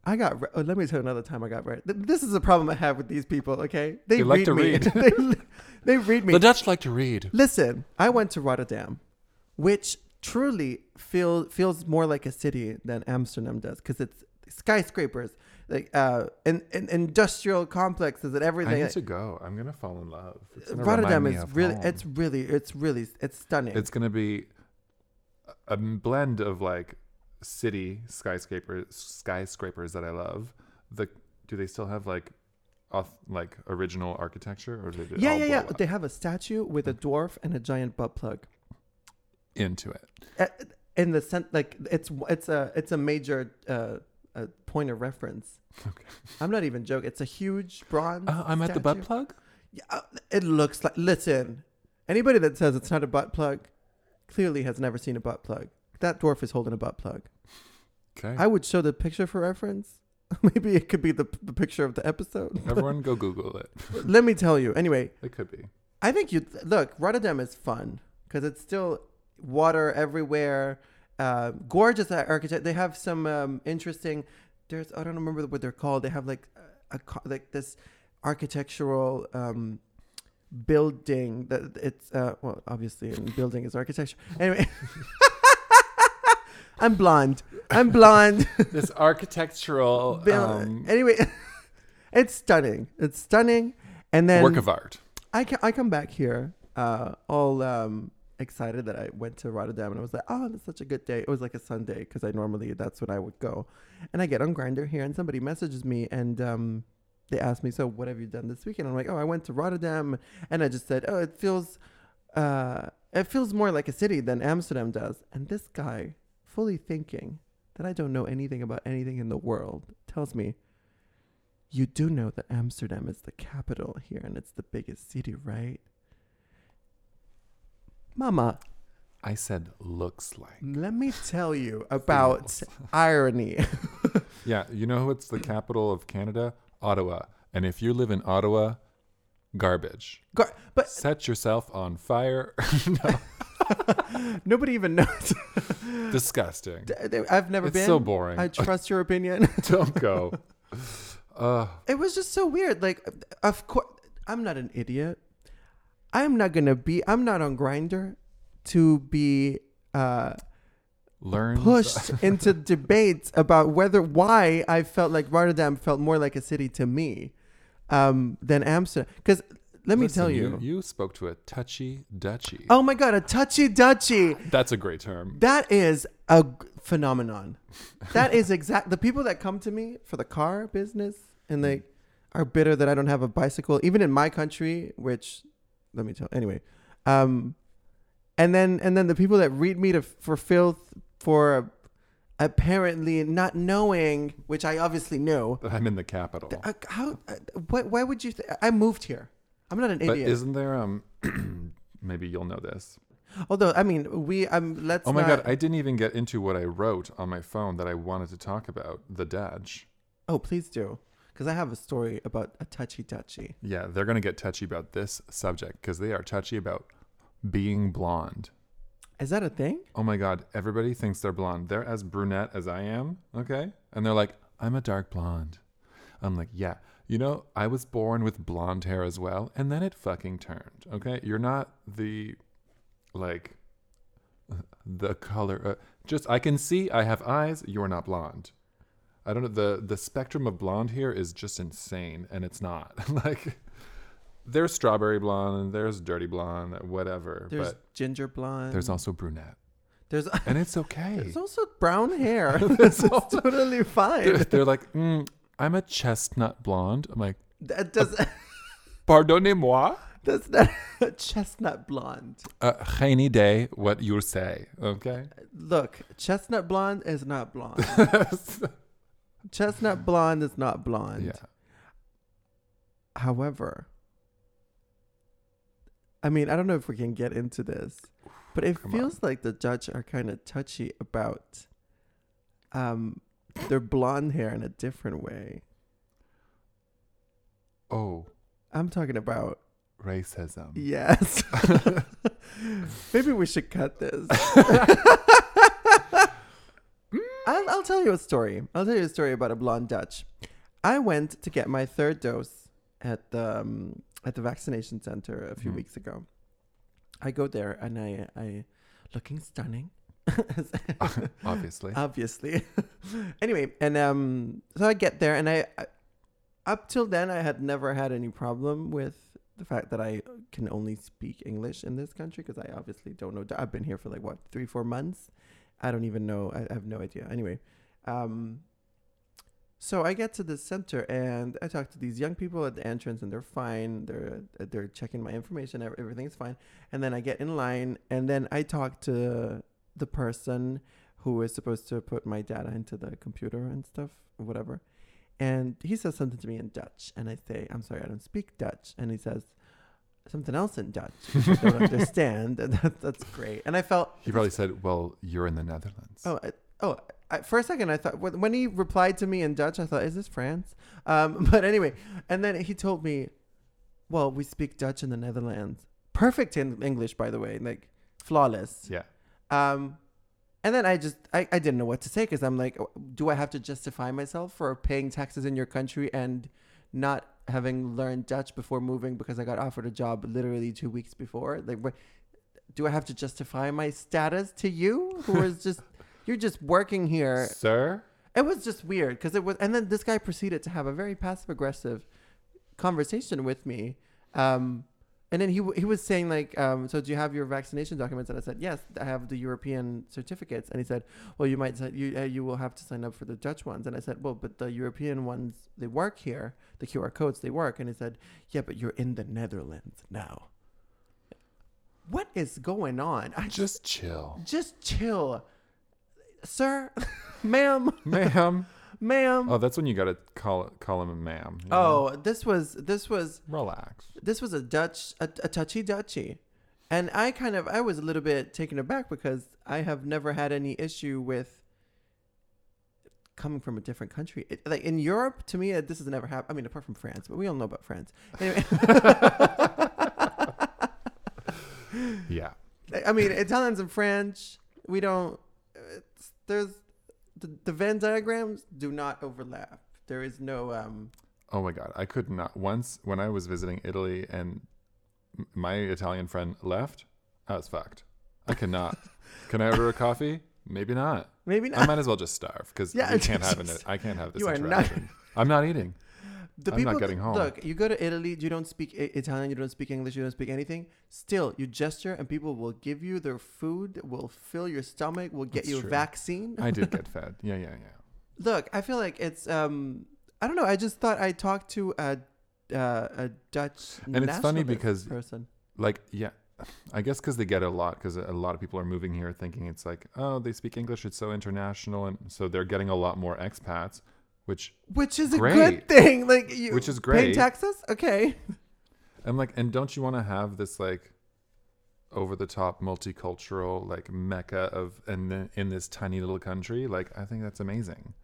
B: I got. Re- oh, let me tell you another time I got right. Th- This is a problem I have with these people. Okay, they,
A: They like to
B: me.
A: read.
B: they, li- they read me.
A: Dutch like to read.
B: Listen, I went to Rotterdam, which truly feel feels more like a city than Amsterdam does because it's skyscrapers, like uh, and, and industrial complexes and
A: I
B: everything.
A: need to go. I'm gonna fall in love. It's gonna
B: Rotterdam
A: remind me
B: is
A: of
B: really,
A: home.
B: it's really, it's really, it's stunning.
A: It's gonna be a blend of like city skyscrapers, skyscrapers that I love. The do they still have like, auth, like original architecture, or did it
B: yeah,
A: all
B: yeah, yeah.
A: blow up?
B: They have a statue with
A: Mm.
B: a dwarf and a giant butt plug.
A: into it?
B: Uh, In the sense, like it's it's a it's a major uh, uh point of reference.
A: Okay.
B: I'm not even joking. It's a huge bronze.
A: Uh, I'm at the butt
B: statue.
A: plug.
B: Yeah, uh, it looks like. Listen, anybody that says it's not a butt plug clearly has never seen a butt plug. That dwarf is holding a butt plug.
A: Okay.
B: I would show the picture for reference. Maybe it could be the, the picture of the episode.
A: Everyone go Google it.
B: Let me tell you. Anyway,
A: It could be.
B: I think you look. Rotterdam is fun because it's still water everywhere. Uh, gorgeous architect. They have some um, interesting. There's I don't remember what they're called. They have like a co- like this architectural um, building that it's uh, well obviously in building is architecture. Anyway, I'm blonde. I'm blonde.
A: This architectural
B: Bill-
A: um,
B: anyway, it's stunning. It's stunning. And then
A: work of art.
B: I, ca- I come back here uh, all um, excited that I went to Rotterdam and I was like, oh, it's such a good day. It was like a Sunday because I normally that's when I would go. And I get on Grinder here and somebody messages me and um, they ask me, so what have you done this weekend? I'm like, oh, I went to Rotterdam and I just said, oh, it feels uh, it feels more like a city than Amsterdam does. And this guy, fully thinking that I don't know anything about anything in the world, tells me, you do know that Amsterdam is the capital here and it's the biggest city, right? Mama,
A: I said looks like.
B: let me tell you about
A: Feels.
B: irony.
A: Yeah, you know who it's the capital of Canada? Ottawa. And if you live in Ottawa, garbage.
B: Gar- but
A: Set yourself on fire. no,
B: nobody even knows.
A: disgusting.
B: I've never
A: It's
B: been.
A: so boring.
B: I trust your opinion.
A: Don't go. Uh,
B: it was just so weird. Like, of course, I'm not an idiot. I'm not gonna be. I'm not on Grinder to be uh,
A: learn.
B: pushed into debates about whether why I felt like Rotterdam felt more like a city to me um, than Amsterdam. Because let me
A: Listen,
B: tell you,
A: You spoke to a touchy duchy.
B: oh my god, a touchy dutchy.
A: That's a great term.
B: That is a g- phenomenon. That is exact. The people that come to me for the car business and they are bitter that I don't have a bicycle, even in my country, which let me tell. Anyway, um, and then and then the people that read me to for filth for apparently not knowing, which I obviously knew.
A: That I'm in the capital.
B: Uh, How? Uh, what? Why would you? Th- I moved here. I'm not an
A: but
B: idiot.
A: isn't there um maybe you'll know this.
B: Although I mean, we. Um, let's.
A: Oh my
B: not-
A: god, I didn't even get into what I wrote on my phone that I wanted to talk about, the Dutch.
B: Oh, please do. Because I have a story about a touchy touchy.
A: Yeah, they're going to get touchy about this subject because they are touchy about being blonde.
B: Is that a thing?
A: Oh my God, everybody thinks they're blonde. They're as brunette as I am, okay? And they're like, I'm a dark blonde. I'm like, yeah. You know, I was born with blonde hair as well, and then it fucking turned, okay? You're not the, like, the color. Uh, just, I can see, I have eyes, you're not blonde. I don't know. The, the spectrum of blonde here is just insane, and it's not. like, there's strawberry blonde, there's dirty blonde, whatever.
B: There's
A: but
B: ginger blonde.
A: there's also brunette.
B: there's
A: And it's okay.
B: there's also brown hair. this is totally
A: they're,
B: fine.
A: they're like, mm, I'm a chestnut blonde. I'm like,
B: That does
A: pardonnez-moi.
B: that's not chestnut blonde.
A: Uh, geen idee what you say. Okay.
B: Look, chestnut blonde is not blonde. chestnut blonde is not blonde.
A: yeah.
B: However, I mean, I don't know if we can get into this, but it
A: Come on.
B: feels like the judge are kind of touchy about um their blonde hair in a different way.
A: Oh,
B: I'm talking about
A: racism.
B: yes. Maybe we should cut this. I'll, I'll tell you a story. I'll tell you a story about a blonde Dutch. I went to get my third dose at the um, at the vaccination center a few
A: Mhm.
B: weeks ago. I go there and I I looking stunning.
A: obviously.
B: Uh, obviously. anyway, and um, so I get there, and I, I, up till then, I had never had any problem with the fact that I can only speak English in this country because I obviously don't know. I've been here for like what three, four months. I don't even know. I, I have no idea. Anyway, um, so I get to the center and I talk to these young people at the entrance, and they're fine. They're they're checking my information. ev- Everything's fine. And then I get in line, and then I talk to the person who is supposed to put my data into the computer and stuff, or whatever. And he says something to me in Dutch, and I say, "I'm sorry, I don't speak Dutch." And he says something else in Dutch, which I don't understand. And that, that's great. And I felt
A: He probably said, "Well, you're in the Netherlands."
B: Oh, I, oh! I, for a second, I thought when when he replied to me in Dutch, I thought, "Is this France?" Um, but anyway, and then he told me, "Well, we speak Dutch in the Netherlands. Perfect in English, by the way, like flawless."
A: Yeah.
B: Um, and then I just I, I didn't know what to say because I'm like, "Oh, do I have to justify myself for paying taxes in your country and not having learned Dutch before moving because I got offered a job literally two weeks before? Like, what, do I have to justify my status to you who is just you're just working here?
A: Sir,
B: It was just weird because it was, and then this guy proceeded to have a very passive aggressive conversation with me. Um, and then he w- he was saying like, um, so do you have your vaccination documents? And I said, yes, I have the European certificates. And he said, well, you might si- you uh, you will have to sign up for the Dutch ones. And I said, well, but the European ones they work here. The QR codes they work. And he said, yeah, but you're in the Netherlands now. What is going on? I
A: just chill,
B: just chill, sir, ma'am,
A: ma'am.
B: ma'am.
A: Oh, that's when you gotta call call him ma'am. you know?
B: Oh, this was this was
A: relax.
B: this was a Dutch a, a touchy Dutchy, and I kind of I was a little bit taken aback because I have never had any issue with coming from a different country. It, like in Europe, to me, uh, this has never happened. I mean, apart from France, but we all know about France. Anyway.
A: Yeah.
B: I mean, Italians and French, we don't. It's, there's the, the Venn diagrams do not overlap. There is no um.
A: Oh my god, I could not. Once when I was visiting Italy and m- my Italian friend left, I was fucked. I cannot. Can I order a coffee? Maybe not.
B: Maybe
A: I
B: not.
A: might as well just starve because
B: Yeah,
A: you can't have an, I can't have this
B: You are not-
A: interaction. I'm not eating.
B: The
A: I'm not
B: people-
A: getting home.
B: Look, you go to Italy, you don't speak I- Italian, you don't speak English, you don't speak anything. Still, you gesture, and people will give you their food, will fill your stomach, will get
A: That's
B: you a
A: true.
B: vaccine.
A: I did get fed. Yeah, yeah, yeah.
B: Look, I feel like it's um. I don't know. I just thought I talked to a uh, a Dutch
A: And it's funny
B: nationalist
A: because-
B: person.
A: Like, yeah, I guess because they get it a lot because a lot of people are moving here thinking it's like, oh, they speak English. It's so international. And so they're getting a lot more expats, which
B: which is a good
A: Great.
B: thing. Like, you,
A: Which is
B: Paying
A: great.
B: taxes, okay.
A: I'm like, and don't you want to have this like over the top multicultural like mecca of and then in this tiny little country? Like, I think that's amazing.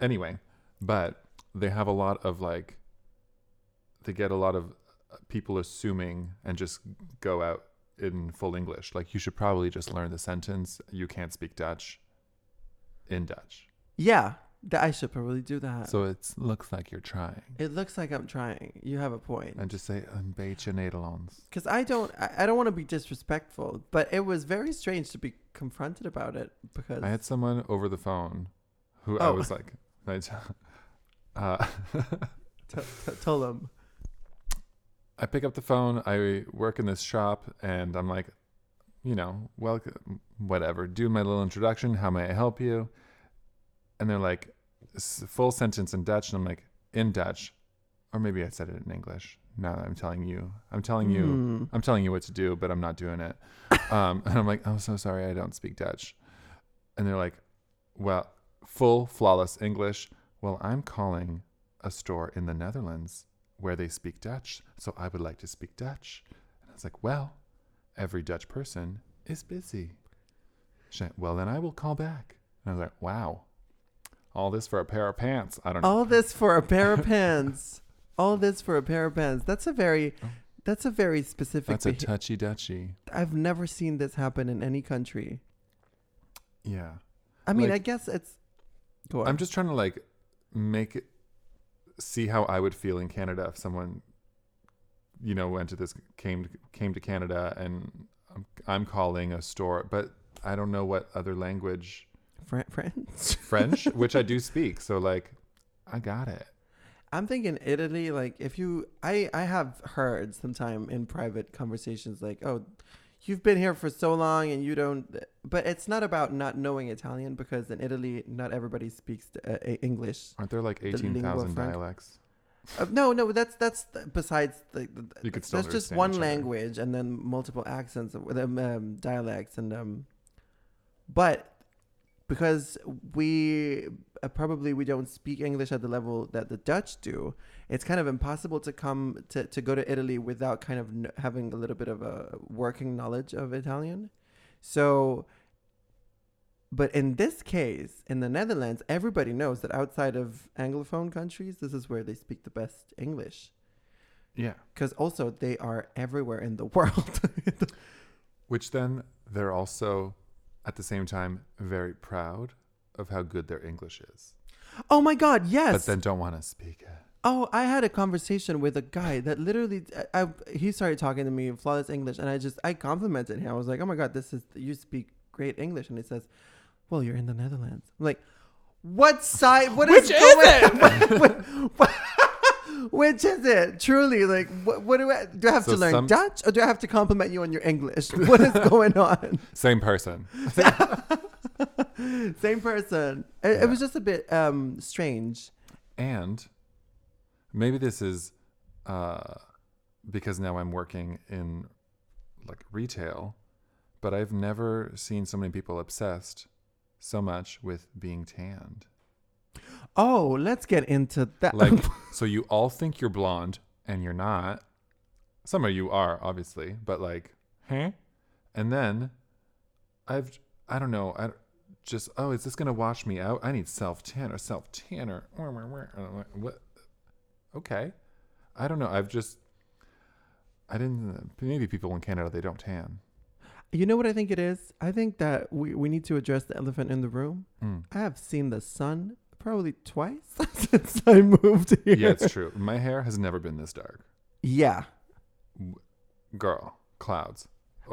A: Anyway, but they have a lot of like, they get a lot of uh, people assuming and just go out in full English. Like, you should probably just learn the sentence. You can't speak Dutch in Dutch,
B: Yeah, that I should probably do that.
A: so it looks like you're trying.
B: it looks like I'm trying. You have a point.
A: And just say "Een beetje Nederlands."
B: Because I don't, I, I don't want to be disrespectful, but it was very strange to be confronted about it because
A: I had someone over the phone who I
B: Oh.
A: was like, I t- uh,
B: t- told him,
A: I pick up the phone. I work in this shop, and I'm like, you know, well, whatever. Do my little introduction. How may I help you? And they're like, s- full sentence in Dutch, and I'm like, in Dutch, or maybe I said it in English. Now that I'm telling you, I'm telling you.
B: "Hmm,
A: I'm telling you what to do, but I'm not doing it. Um, and I'm like, I'm so sorry, I don't speak Dutch. And they're like, well, full flawless English. Well, I'm calling a store in the Netherlands where they speak Dutch, so I would like to speak Dutch. And I was like, well, every Dutch person is busy. She went, well, then I will call back. And I was like, wow, all this for a pair of pants. I don't know.
B: all this for a pair of pants, all this for a pair of pants. That's a very, that's a very specific.
A: That's a
B: beha-
A: touchy dutchy.
B: I've never seen this happen in any country.
A: Yeah.
B: I mean,
A: Like-
B: I guess it's. Go on.
A: I'm just trying to like make it see how I would feel in Canada if someone you know went to this came came to Canada and I'm, I'm calling a store but I don't know what other language,
B: Fran- France.
A: French, which I do speak. So like, I got it.
B: I'm thinking Italy. Like, if you, I, I have heard sometime in private conversations, like, oh, you've been here for so long and you don't. But it's not about not knowing Italian because in Italy, not everybody speaks uh, A- English.
A: Aren't there like
B: lingua
A: eighteen thousand
B: franca.
A: dialects?
B: Uh, no, no, that's that's th- besides the. the
A: You could still
B: that's just
A: understand
B: one
A: each other.
B: language and then multiple accents, with um, um, dialects, and um, but because we uh, probably we don't speak English at the level that the Dutch do, it's kind of impossible to come to, to go to Italy without kind of kn- having a little bit of a working knowledge of Italian. So, but in this case, in the Netherlands, everybody knows that outside of Anglophone countries, this is where they speak the best English.
A: Yeah.
B: Because also they are everywhere in the world.
A: Which then they're also, at the same time, very proud of how good their English is,
B: oh my God,
A: but
B: yes.
A: then don't want to speak it.
B: oh, I had a conversation with a guy that literally, I, I, he started talking to me in flawless English, and I just, I complimented him. I was like, oh my God, this is, you speak great English. And he says, well, you're in the Netherlands. I'm like, what side? What is
A: Which is
B: going on? Which is it? Truly, like, what, what do I do? I have
A: So
B: to learn
A: some-
B: Dutch, or do I have to compliment you on your English? What is going on?
A: Same person.
B: Same person. It, it was just a bit um strange.
A: And maybe this is uh, because now I'm working in like retail, but I've never seen so many people obsessed so much with being tanned.
B: Oh, let's get into that.
A: Like, so you all think you're blonde and you're not. Some of you are, obviously, but like, huh? And then I've, I don't know, I just, oh, is this going to wash me out? I need self tanner, self tanner. What? Okay. I don't know. I've just, I didn't, maybe people in Canada, they don't tan.
B: you know what I think it is? I think that we, we need to address the elephant in the room.
A: Mm.
B: I have seen the sun probably twice since I moved here.
A: Yeah, it's true. My hair has never been this dark.
B: Yeah.
A: Girl, clouds.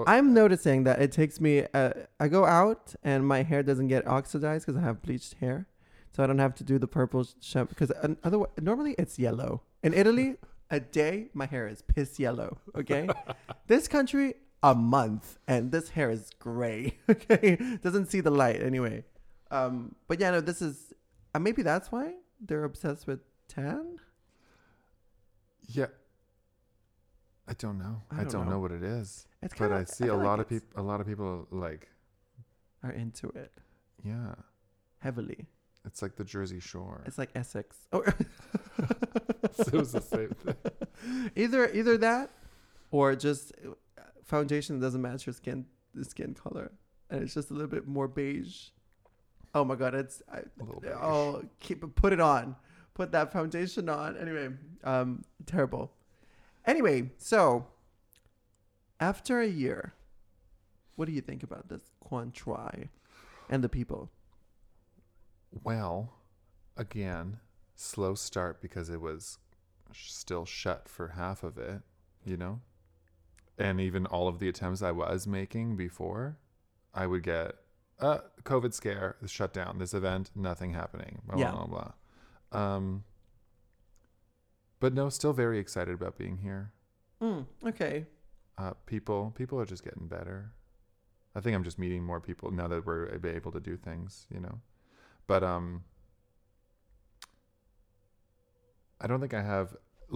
B: I'm noticing that it takes me. Uh, I go out and my hair doesn't get oxidized because I have bleached hair, so I don't have to do the purple shampoo. Because otherwise, normally it's yellow. In Italy, a day my hair is piss yellow. Okay, this country a month and this hair is gray. Okay, doesn't see the light anyway. Um, but yeah, no, this is uh, maybe that's why they're obsessed with tan.
A: Yeah. I don't know. I don't, know. what it is.
B: It's
A: But
B: kind
A: I
B: of
A: see a lot of
B: people
A: people a lot of people like
B: are into it
A: yeah.
B: heavily.
A: It's like the Jersey Shore.
B: It's like Essex. Or
A: so it's the same thing.
B: either either that or just uh, foundation that doesn't match your skin the skin color and it's just a little bit more beige oh my god it's I,
A: A little beige.
B: oh keep put it on put that foundation on anyway um terrible anyway so after a year what do you think about this quan tri and the people
A: Well, again, slow start because it was sh- still shut for half of it, you know? And even all of the attempts I was making before, I would get uh COVID scare, the shutdown, this event, nothing happening, blah
B: Yeah.
A: blah blah. blah. Um but no, still very excited about being here.
B: mm, okay
A: Uh people people are just getting better. I think I'm just meeting more people now that we're ab- able to do things, you know. But um I don't think I have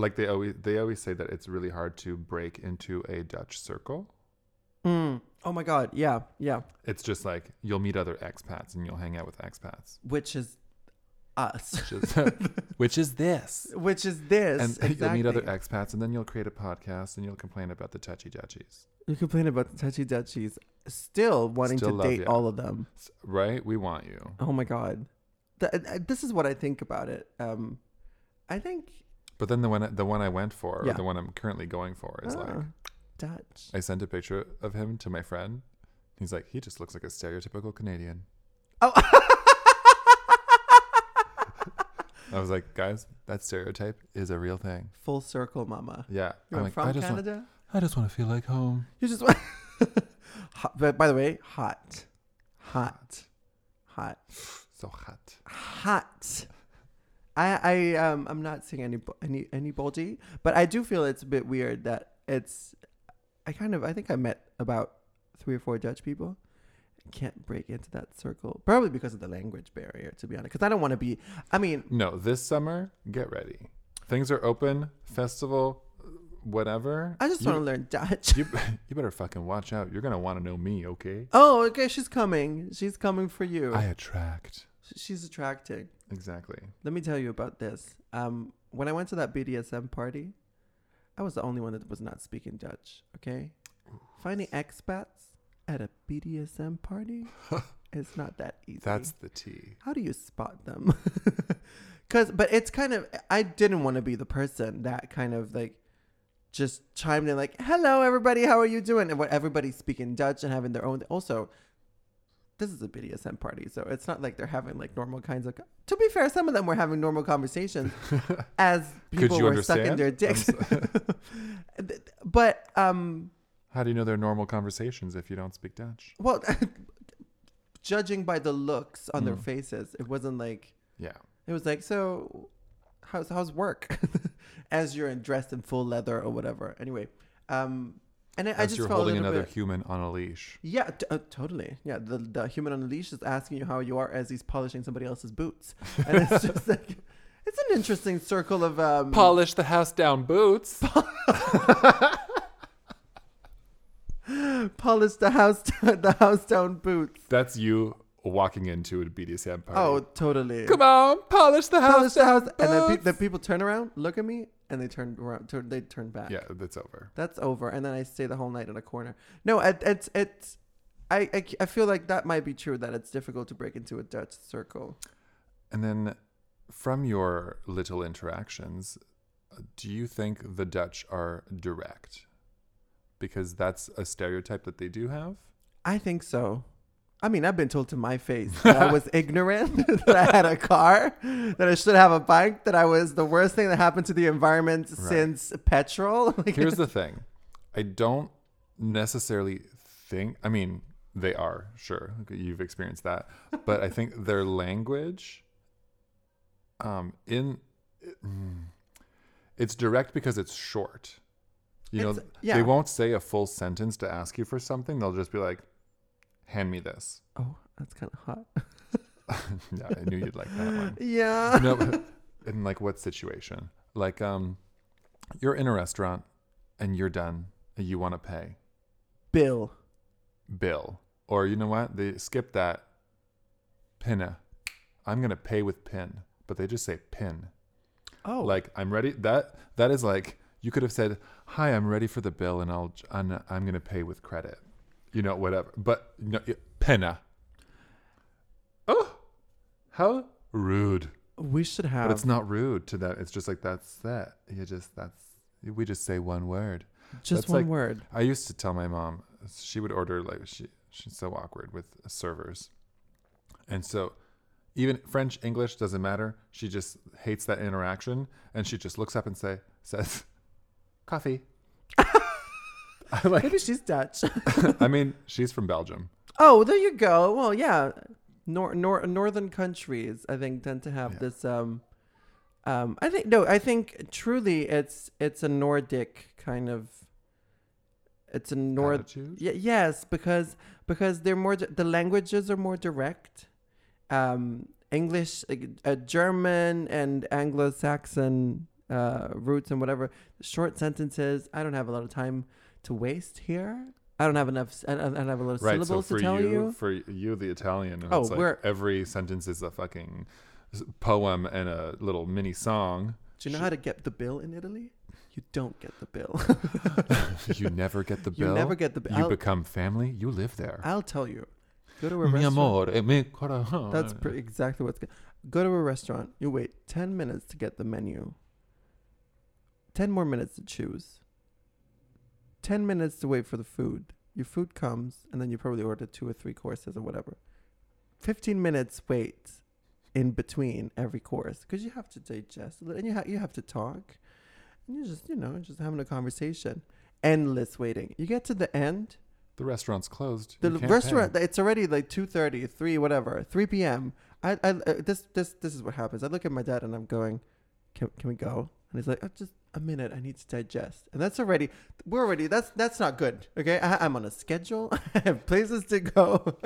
A: like they always they always say that it's really hard to break into a Dutch circle.
B: mm. oh my god yeah yeah
A: It's just like you'll meet other expats and you'll hang out with expats.
B: which is us
A: Which is, which is this.
B: which is this
A: And you'll meet other
B: exactly.
A: expats and then you'll create a podcast and you'll complain about the touchy dutchies.
B: You complain about the touchy dutchies still wanting
A: Still
B: to
A: love
B: date
A: ya.
B: all of them.
A: Right? We want you.
B: Oh my god, Th- I- I- this is what I think about it. Um, I think
A: But then the one the one I went for, or
B: Yeah.
A: the one I'm currently going for, is like
B: ah, Dutch.
A: I sent a picture of him to my friend. He's like, he just looks like a stereotypical Canadian.
B: Oh.
A: I was like, guys, that stereotype is a real thing.
B: Full circle, mama.
A: Yeah,
B: You're
A: I'm like,
B: from
A: Oh I just want,
B: Canada.
A: I just want to feel like home.
B: You just want. hot, but by the way, hot. hot, hot,
A: So hot.
B: hot. I I um I'm not seeing any any anybody, but I do feel it's a bit weird that it's. I kind of I think I met about three or four Dutch people. Can't break into that circle probably because of the language barrier. To be honest, because I don't want to be. I mean,
A: No, this summer, get ready. Things are open, festival, whatever.
B: I just
A: you,
B: want to learn Dutch.
A: you, you better fucking watch out. You're gonna want to know me, okay?
B: oh, okay, she's coming. She's coming for you.
A: I attract.
B: she's attracting.
A: Exactly.
B: Let me tell you about this. Um, when I went to that BDSM party, I was the only one that was not speaking Dutch. Okay, finding expats at a BDSM party is not that easy.
A: That's the tea.
B: how do you spot them? Cause, but it's kind of I didn't want to be the person that kind of like just chimed in like, "Hello, everybody, how are you doing?" And what everybody's speaking Dutch and having their own. Also, this is a BDSM party, so it's not like they're having like normal kinds of. To be fair, some of them were having normal conversations as people
A: you
B: were stuck in
A: understand?
B: their
A: I'm
B: dicks. but um,
A: How do you know they're normal conversations if you don't speak Dutch?
B: well, judging by the looks on
A: Hmm.
B: their faces, it wasn't like.
A: Yeah.
B: It was like, so how's how's work? As you're in, dressed in full leather or whatever. Anyway, um, and I, I
A: As
B: just
A: you're
B: felt a
A: holding
B: little
A: another
B: bit.
A: human on a leash.
B: Yeah, t- uh, totally. Yeah, the, the human on the leash is asking you how you are as he's polishing somebody else's boots, and it's just like it's an interesting circle of um,
A: Polish the house down boots.
B: polish the house the house down boots.
A: That's you walking into a BDSM party.
B: Oh, totally.
A: on, polish the
B: polish the house, and then pe- the people turn around, look at me, and they turn around, turn, they turn back.
A: yeah, that's over.
B: that's over and then i stay the whole night in a corner no it, it's it's I, I I feel like that might be true that it's difficult to break into a dutch circle
A: And then from your little interactions, do you think the Dutch are direct? Because that's a stereotype that they do have.
B: i think so i mean i've been told to my face that i was ignorant that i had a car that i should have a bike that i was the worst thing that happened to the environment since petrol like,
A: Here's the thing I don't necessarily think, I mean, they are, sure. You've experienced that. But I think their language um, in mm, it's direct because it's short. You know,
B: It's- yeah.
A: they won't say a full sentence to ask you for something. They'll just be like, hand me this.
B: oh that's kind of hot
A: yeah, I knew you'd like that one.
B: yeah
A: No, but in like what situation? Like, um, you're in a restaurant and you're done. and You want to pay
B: bill
A: bill, or you know what? They skip that pinna. I'm gonna pay with pin, but they just say pin.
B: oh
A: Like I'm ready. That that is like you could have said, "Hi, I'm ready for the bill, and I'll and I'm gonna pay with credit." You know, whatever. But no, y- pinna. Oh, how rude!
B: Oh, we should have
A: But it's not rude to them. It's just like that's that. You just that's we just say one word.
B: just
A: that's
B: one
A: like-
B: word
A: I used to tell my mom she would order like she she's so awkward with servers, and so even French English doesn't matter. She just hates that interaction, and she just looks up and say says, "Coffee." I like.
B: maybe she's dutch
A: I mean, she's from Belgium.
B: Oh, there you go. Well, yeah, nor, nor northern countries I think tend to have
A: Yeah.
B: this. Um, um, I think no, I think truly it's it's a Nordic kind of. It's a North.
A: Attitude.
B: Y- yes, because because they're more di- the languages are more direct. Um, English, uh, uh, German, and Anglo-Saxon uh, roots and whatever short sentences. I don't have a lot of time to waste here. I don't have enough. s- I don't I don't have a lot of
A: Right. So
B: syllables
A: for
B: to tell
A: you,
B: you.
A: for you, the Italian, and
B: Oh,
A: it's like
B: we're-
A: every sentence is a fucking s- poem and a little mini song.
B: Do you know
A: Sh-
B: how to get the bill in Italy? You don't get the bill.
A: you never get the bill.
B: you never get the bill.
A: You
B: I'll,
A: become family. You live there.
B: I'll tell you. Go to a
A: Mi
B: restaurant.
A: amor, eh, mi corazón. Eh,
B: That's pre- exactly what's good. Go to a restaurant. You wait 10 minutes to get the menu. 10 more minutes to choose. 10 minutes to wait for the food. Your food comes, and then you probably order two or three courses or whatever. 15 minutes wait in between every course because you have to digest a little, and you, ha- you have to talk. And you're just, you know, just having a conversation. Endless waiting. You get to the end,
A: The restaurant's closed.
B: The
A: You can't
B: restaurant
A: pay.
B: it's already like 2:30, 3 whatever, 3 p.m. I, I uh, this this this is what happens. I look at my dad and I'm going, "Can can we go?" And he's like, oh, "Just a minute. I need to digest." And that's already we're already that's that's not good. Okay? I, I'm on a schedule. I have places to go.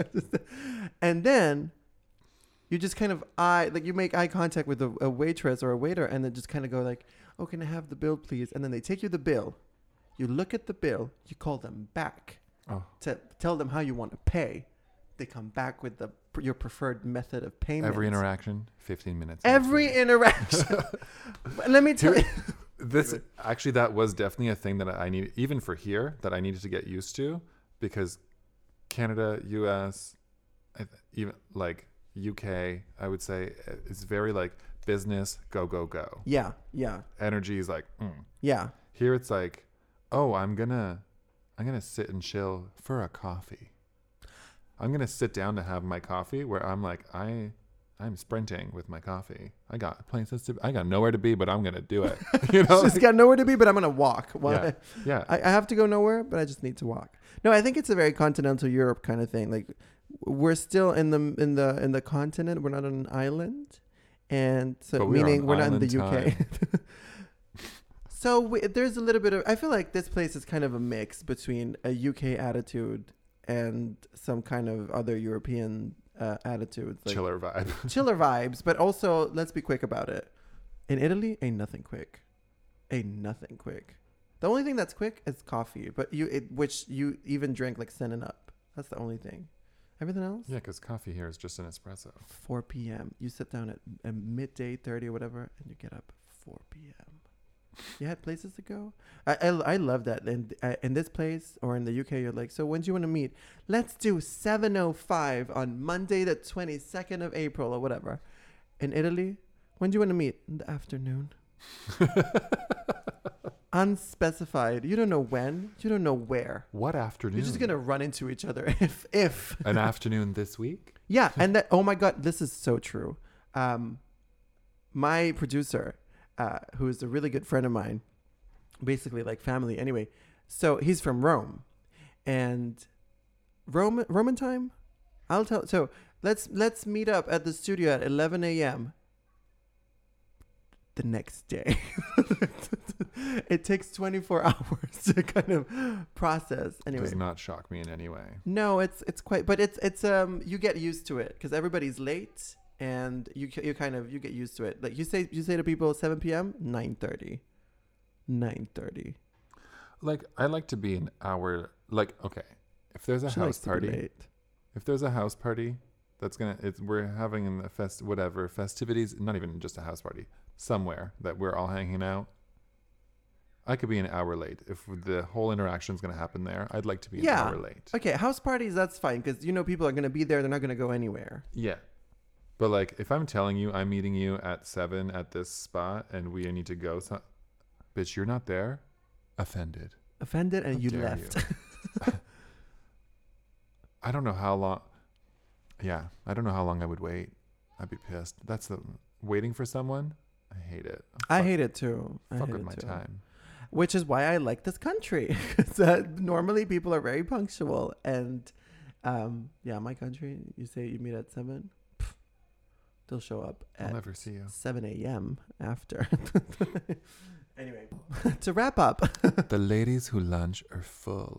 B: and then you just kind of eye like you make eye contact with a, a waitress or a waiter and then just kind of go like, "Oh, can I have the bill, please?" And then they take you the bill. You look at the bill, you call them back
A: Oh,
B: to tell them how you want to pay, they come back with the your preferred method of payment.
A: every interaction, 15 minutes.
B: Every interaction. But Let me tell
A: Dude.
B: you.
A: This actually, that was definitely a thing that I need, even for here, that I needed to get used to because Canada, US, I th- even like UK, I would say uh, it's very like business, go, go, go.
B: Yeah, yeah,
A: Energy is like, mm.
B: yeah,
A: here it's like, oh, I'm gonna, I'm gonna sit and chill for a coffee. I'm gonna sit down to have my coffee where I'm like, I, I'm sprinting with my coffee. I got places to, I got nowhere to be, but I'm gonna do it. You know,
B: She's got nowhere to be, but I'm gonna walk. Well,
A: Yeah. yeah.
B: I, I have to go nowhere, but I just need to walk. No, I think it's a very continental Europe kind of thing. Like we're still in the in the in the continent. We're not on an island, and so
A: But we are
B: meaning
A: on
B: we're not in the
A: island
B: UK. so we, there's a little bit of. I feel like this place is kind of a mix between a UK attitude and some kind of other European uh, attitudes, like
A: chiller vibe.
B: chiller vibes. But also, let's be quick about it. In Italy, ain't nothing quick. Ain't nothing quick. The only thing that's quick is coffee, but you it, which you even drink like sending up. That's the only thing. Everything else,
A: Yeah, because coffee here is just an espresso.
B: 4 p.m. You sit down at, at midday 30 or whatever, and you get up 4 p.m. You had places to go. I, I, I love that. And uh, in this place or in the UK, you're like, so when do you want to meet? Let's do 7:05 on Monday, the 22nd of April, or whatever. In Italy, when do you want to meet? In the afternoon. Unspecified. You don't know when. You don't know where.
A: What afternoon?
B: You're just gonna run into each other if if
A: an afternoon this week.
B: yeah, and that oh my god, this is so true. Um, my producer, uh, who is a really good friend of mine, basically like family anyway. So he's from Rome, and Roman Roman time. I'll tell. So let's let's meet up at the studio at 11 a.m. The next day, it takes 24 hours to kind of process. Anyway,
A: Does not shock me in any way.
B: no, it's it's quite, but it's it's um you get used to it because everybody's late and you ca- you kind of you get used to it. Like you say you say to people 7 p.m. 9:30, 9:30.
A: Like I like to be an hour. Like okay, if there's a
B: She likes
A: house
B: to be
A: party,
B: late.
A: if there's a house party that's gonna it's we're having a fest whatever festivities not even just a house party somewhere that we're all hanging out i could be an hour late if the whole interaction's gonna happen there i'd like to be an
B: Yeah.
A: hour late
B: Okay, house parties that's fine because you know people are gonna be there. They're not gonna go anywhere.
A: yeah but like if i'm telling you i'm meeting you at seven at this spot and we need to go so- bitch you're not there offended
B: Offended and
A: How
B: you
A: dare
B: left.
A: i don't know how long yeah i don't know how long i would wait i'd be pissed that's the waiting for someone i hate it
B: I
A: Fuck-
B: hate it too. I
A: fuck
B: hate
A: with
B: it
A: my
B: too.
A: time
B: Which is why I like this country. 'Cause, uh, normally people are very punctual and um yeah, my country. You say you meet at seven, pff, they'll show up
A: I'll
B: at
A: never see you.
B: 7 a.m. after. anyway, to wrap up,
A: the ladies who lunch are full.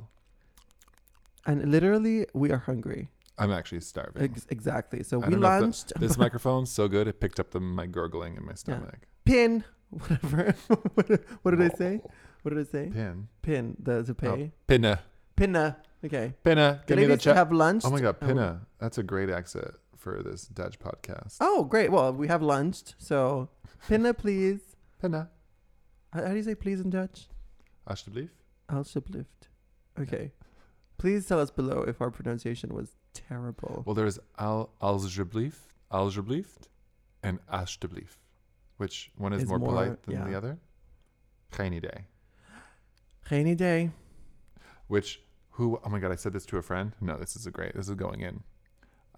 B: and literally, we are hungry.
A: I'm actually starving.
B: Ex- exactly. So
A: I
B: we
A: don't know if that-
B: launched
A: this microphone's so good it picked up the, my gurgling in my stomach. Oh,
B: pin, whatever. what, what did I say? What did I say?
A: Pin.
B: Pin, the, the pay.
A: Pinna.
B: Pinna. Okay.
A: Pinna.
B: The
A: Give me the
B: ladies
A: check.
B: have lunch.
A: Oh my god,
B: Oh.
A: Pinna. That's a great exit for this Dutch podcast.
B: Oh, great. Well, we have lunched. So, pinna, please.
A: Pinna.
B: How, how do you say please in Dutch?
A: Alsjeblieft.
B: Alsjeblieft. Okay. Please tell us below if our pronunciation was terrible.
A: Well, there's al alsjeblieft, alsjeblieft, and alsjeblieft, which one is
B: Is
A: more,
B: more-
A: polite than the
B: yeah.
A: other. Geen idee.
B: Rainy day.
A: which who oh my god i said this to a friend no this is a great this is going in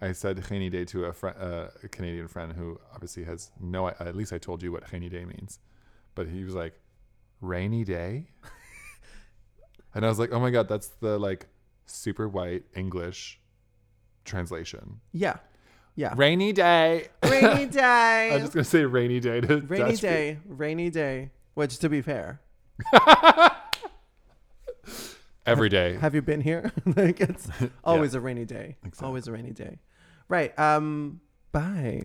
A: i said rainy day to a, fri uh, a canadian friend who obviously has no I- at least i told you what rainy day means but he was like rainy day and i was like oh my god that's the like super white English translation.
B: Yeah. Yeah.
A: Rainy day.
B: Rainy
A: I was
B: day.
A: just gonna say rainy day to
B: Rainy
A: Dutch
B: day. Rainy day. Which, to be fair,
A: every day.
B: have you been here? like it's always a rainy day. Always a rainy day. Right. Um. Bye.